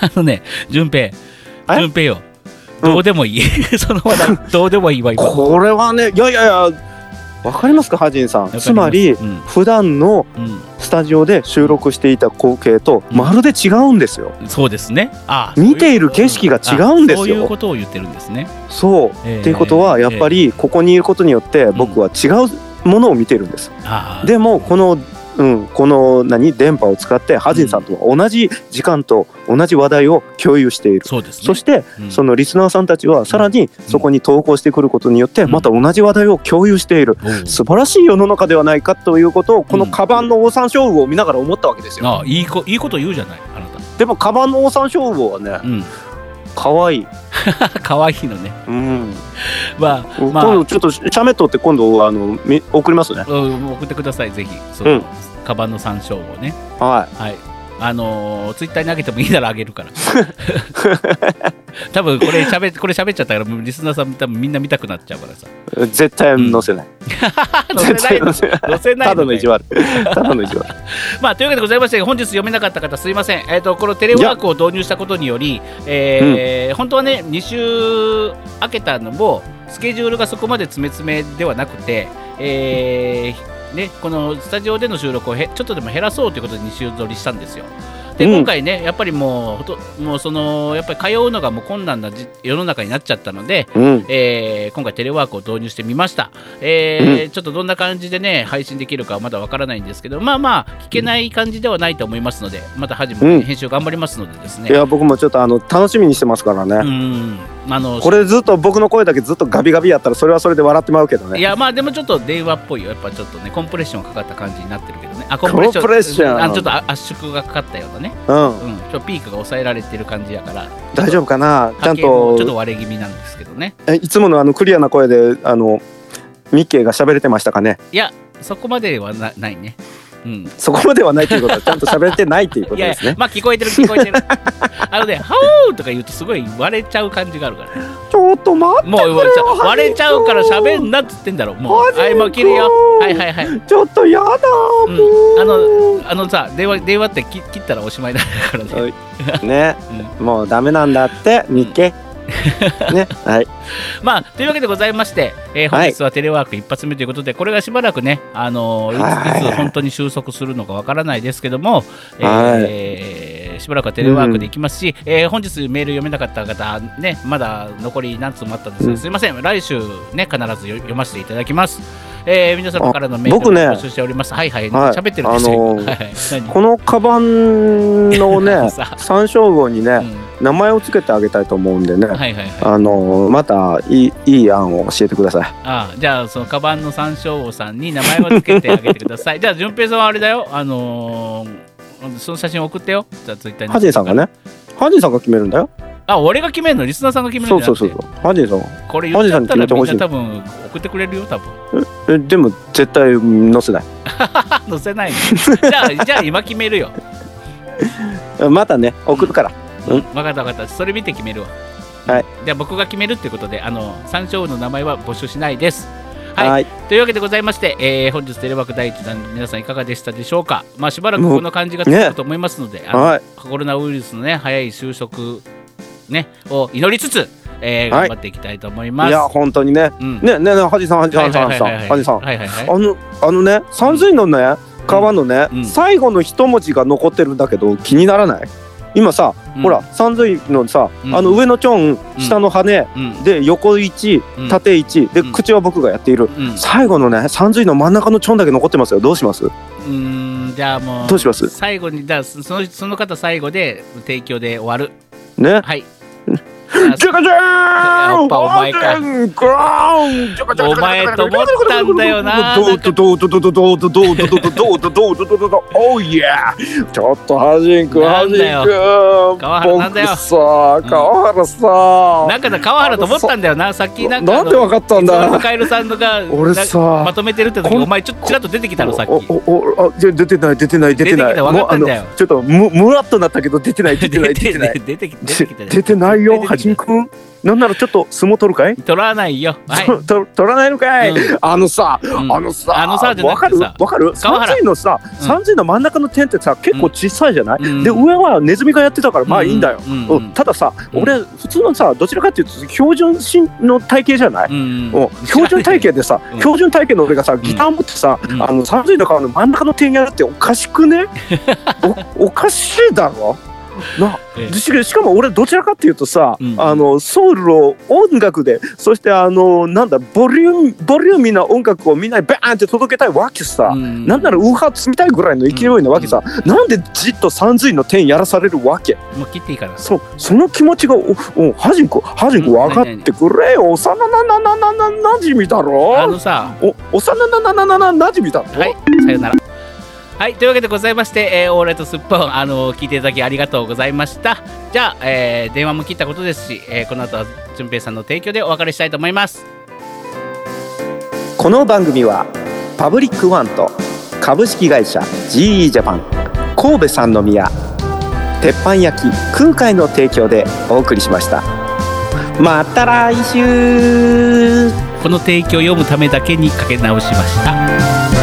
S1: あのね、順平、
S2: え
S1: 順平よ、
S2: うん
S1: どうでもいい。 その話題、どうでもいいわ、今。
S2: これはねいやいやいやわかりますかハジンさん
S1: わか
S2: つまり
S1: すうん
S2: 普段のスタジオで収録していた光景とまるで違うんですよ、
S1: うんそうですね。あ
S2: 見ている景色が違うんですよ
S1: あそういうことを言ってるんですね。
S2: そう、
S1: えー
S2: っていうことはやっぱりここにいることによって僕は違うものを見てるんです、
S1: あー
S2: でもこの、うん、この何電波を使ってハジンさんとは同じ時間と同じ話題を共有している。
S1: そうですね。
S2: そして、
S1: うん
S2: そのリスナーさんたちはさらにそこに投稿してくることによって
S1: うん
S2: また同じ話題を共有している
S1: おう
S2: 素晴らしい世の中ではないかということをこの
S1: うん
S2: カバンのオオサンショウウオを見ながら思ったわけですよ
S1: あいいこいいこと言うじゃない、あな
S2: でもカバンのオオサンショウウオはね
S1: た。うん。
S2: 可愛い
S1: 可愛いのね。
S2: うん
S1: まあ、ま
S2: 今
S1: あ
S2: 度ちょっとシャメットって今度あのみ送りますね
S1: うん送ってください、ぜひ。その
S2: うん
S1: カバンの参照をね。
S2: は
S1: はい。あのーツイッターに投げてもいいならあげる から。多分これ喋っこれ喋っちゃったからリスナーさん多分みんな見たくなっちゃうからさ。
S2: い絶対載せない
S1: 載せないの
S2: 載せない
S1: 載せない
S2: ただ
S1: の
S2: の
S1: ね
S2: 意地悪 ただの意地悪
S1: まあというわけでございまして本日読めなかった方すいません、えー、とこのテレワークを導入したことにより、えー本当はね2週明けたのもスケジュールがそこまで詰め詰めではなくて、えーね、このスタジオでの収録をへちょっとでも減らそうということで2週撮りしたんですよ。で
S2: うん
S1: 今回ね、やっぱりもうほともうそのやっぱり通うのがもう困難なじ世の中になっちゃったので、
S2: うん
S1: えー今回テレワークを導入してみました、えーちょっとどんな感じでね配信できるかはまだわからないんですけどまあまあ聞けない感じではないと思いますのでまたはじめ、
S2: うん
S1: 編集頑張りますのでです
S2: い
S1: ね
S2: や僕もちょっとあの楽しみにしてますから
S1: う
S2: ね、
S1: んあの
S2: これずっと僕の声だけずっとガビガビやったらそれはそれで笑ってまうけど
S1: い
S2: ね
S1: やまあでもちょっと電話っぽいよやっぱちょっとねコンプレッションかかった感じになってるけどねあコ
S2: コンプレッション
S1: あのちょっとあ圧縮がかかったようなね
S2: うん
S1: うんちょっとピークが抑えられてる感じやから
S2: 大丈夫かなちゃん
S1: 波形もちょっと
S2: と
S1: 割れ気味なんですけどね
S2: えいつものあのクリアな声であのミッケーが喋れてましたかね
S1: いやそこまではなないねうん
S2: そこまではないというこ とはちゃんと喋ってないということ
S1: いや
S2: で
S1: い
S2: す
S1: や
S2: ね。
S1: まあ聞こ えてる聞こえてるあのね「ハオー!」とか言うとすごい割れちゃう感じがある から
S2: ちょっと待って
S1: もう
S2: くれ
S1: 割れちゃ
S2: よ
S1: う割れちゃうから喋んなっつってんだろもう
S2: マジか
S1: はいもう切るよはいはいはい、うん、
S2: ちょっとやだ
S1: あ
S2: もう、
S1: のあのさ電話電話って切切ったらおしまいだからね
S2: はいね、もうダメなんだってみっけ、ねはい
S1: まあというわけでございまして、えー本日はテレワーク一発目ということで、これがしばらくね、あのー
S2: はいはい
S1: い
S2: はい
S1: ついつ本当に収束するのかわからないですけども、え
S2: はい
S1: ーしばらくはテレワークでいきますし、えー本日メール読めなかった方、ね、まだ残り何通もあったんですが、
S2: うん
S1: すいません、来週、ね、必ず読読ませていただきます。えー皆様からのメール
S2: 僕ね
S1: 募集しております。はいはい、
S2: はい
S1: 喋ってるんですよ。
S2: あのー
S1: はいはい何
S2: このカバンの ね
S1: さあ
S2: 参照号に
S1: う
S2: ね、
S1: ん
S2: 名前をつけてあげたいと思うんでね、
S1: はいはいはい。
S2: あのまたいいいい案を教えてください
S1: ああじゃあそのカバンの山椒王さんに名前を付けてあげてください じゃあ順平さんはあれだよあのーその写真送ってよじゃあツイッターに
S2: ハジンさんがねハジンさんが決めるんだよ
S1: あ俺が決めるのリスナーさんが決める
S2: そ
S1: ん
S2: う
S1: じゃなく
S2: そう
S1: て
S2: そうそうハジンさん
S1: これ言っちゃったら
S2: マジさんに決めて
S1: みん
S2: ほしい
S1: な多分送ってくれるよ多分
S2: えでも絶対載せない
S1: あ載せない のじゃあじゃあ今決めるよ
S2: えまたね送るからうん
S1: 分かった分かったそれ見て決めるわ
S2: はい
S1: じゃあ僕が決めるってことであの山椒王の名前は募集しないですはい
S2: はい
S1: というわけでございまして、えー本日テレワーク第1弾皆さんいかがでしたでしょうか、まあ、しばらくこの感じが続くと思いますので、あの
S2: はい
S1: コロナウイルスの、ね、早い収束、ね、を祈りつつ、えー
S2: はい
S1: 頑張っていきたいと思い
S2: い
S1: ます。
S2: や本当にね
S1: うん
S2: ねねねハジンさんハジンさんハジンさんハジンさん
S1: はいはいはい
S2: あのあのね山水のね川のね、
S1: うん
S2: 最後の一文字が残ってるんだけど気にならない今さ、
S1: うん
S2: ほら山水のさ、
S1: うん
S2: あの上のちょん下の羽、
S1: うん
S2: で横一
S1: うん
S2: 縦一、で、
S1: うん
S2: 口は僕がやっている、
S1: うんう
S2: 最後のね山水の真ん中のちょんだけ残ってますよどうします
S1: ーんじゃあもう
S2: どうします
S1: 最後にじゃあそのその方最後で提供で終わる
S2: ね
S1: はい
S2: ジャカジャーン
S1: やっぱお前か
S2: ジャカジャン
S1: お前と思ったんだよな
S2: どうとどうとどうとどうとどうとどうとどうとどうとどうとどうおいやちょっとハジンくん
S1: な
S2: ハ
S1: ん
S2: ジン
S1: だよ
S2: くん
S1: 川原なんだよ
S2: 僕さ川原さ
S1: なんかな川原と思ったんだよなさっきなんかあ
S2: な
S1: の
S2: んでわかったんだ
S1: カエルさんのが
S2: 俺さ
S1: まとめてるって時
S2: こん
S1: お前ちょっとちらっと出てきたのさっき
S2: おおおあじゃ出てない出てない出てな
S1: 出てき
S2: い
S1: たわかったんだよ
S2: もうあのちょっとむむらっとなったけど出てな い
S1: 出
S2: 出
S1: て
S2: て
S1: な
S2: ないい
S1: 出
S2: 出
S1: て
S2: て
S1: な出てき
S2: ないい
S1: た出てきた
S2: 出てない
S1: 出て
S2: よ
S1: きた
S2: ハジンくんなんならちょっと相撲取るかい
S1: 取らないよはい
S2: とと取らないのかい、
S1: うん
S2: あのさ、
S1: ん
S2: あのさ
S1: あのさじゃな
S2: わか
S1: くて
S2: る
S1: さ
S2: わかる
S1: 川原
S2: 三髄のさ
S1: うん
S2: 三髄の真ん中の点ってさ結構小さいじゃない、
S1: うん
S2: で上はネズミがやってたからまあいいんだよ、
S1: う
S2: うん
S1: ん
S2: たださ、
S1: うん
S2: 俺普通のさどちらかっていうと標準身の体型じゃない、
S1: うん
S2: うん標準体型でさ、
S1: うん
S2: 標準体型の俺がさギター持ってさ、
S1: うん
S2: あの三髄の川の真ん中の点やるっておかしくね おおかしいだろな
S1: ええ
S2: ししかも俺どちらかっていうとさ、
S1: うん
S2: あのソウルを音楽でそしてあのなんだボリュームボリューミーな音楽をみんなにバーンって届けたいわけさ、
S1: うん
S2: なんならウーハー積みたいぐらいの勢いなわけさ、なんでじっと三髄の点やらされるわけ
S1: もう切っていいから
S2: そその気持ちがおおはじんこはじんこ
S1: うん
S2: 分かってくれよ幼ななななななじみだ
S1: あ
S2: ろ
S1: のさ
S2: お幼ななななななじみだろ
S1: はいさよならはいというわけでございまして、えーオーライトスッポン、あのー聞いていただきありがとうございましたじゃあ、えー電話も切ったことですし、えーこの後は順平さんの提供でお別れしたいと思います
S2: この番組はパブリックワンと株式会社 GE ジャパン神戸三宮鉄板焼き空海の提供でお送りしましたまた来週
S1: この提供を読むためだけにかけ直しました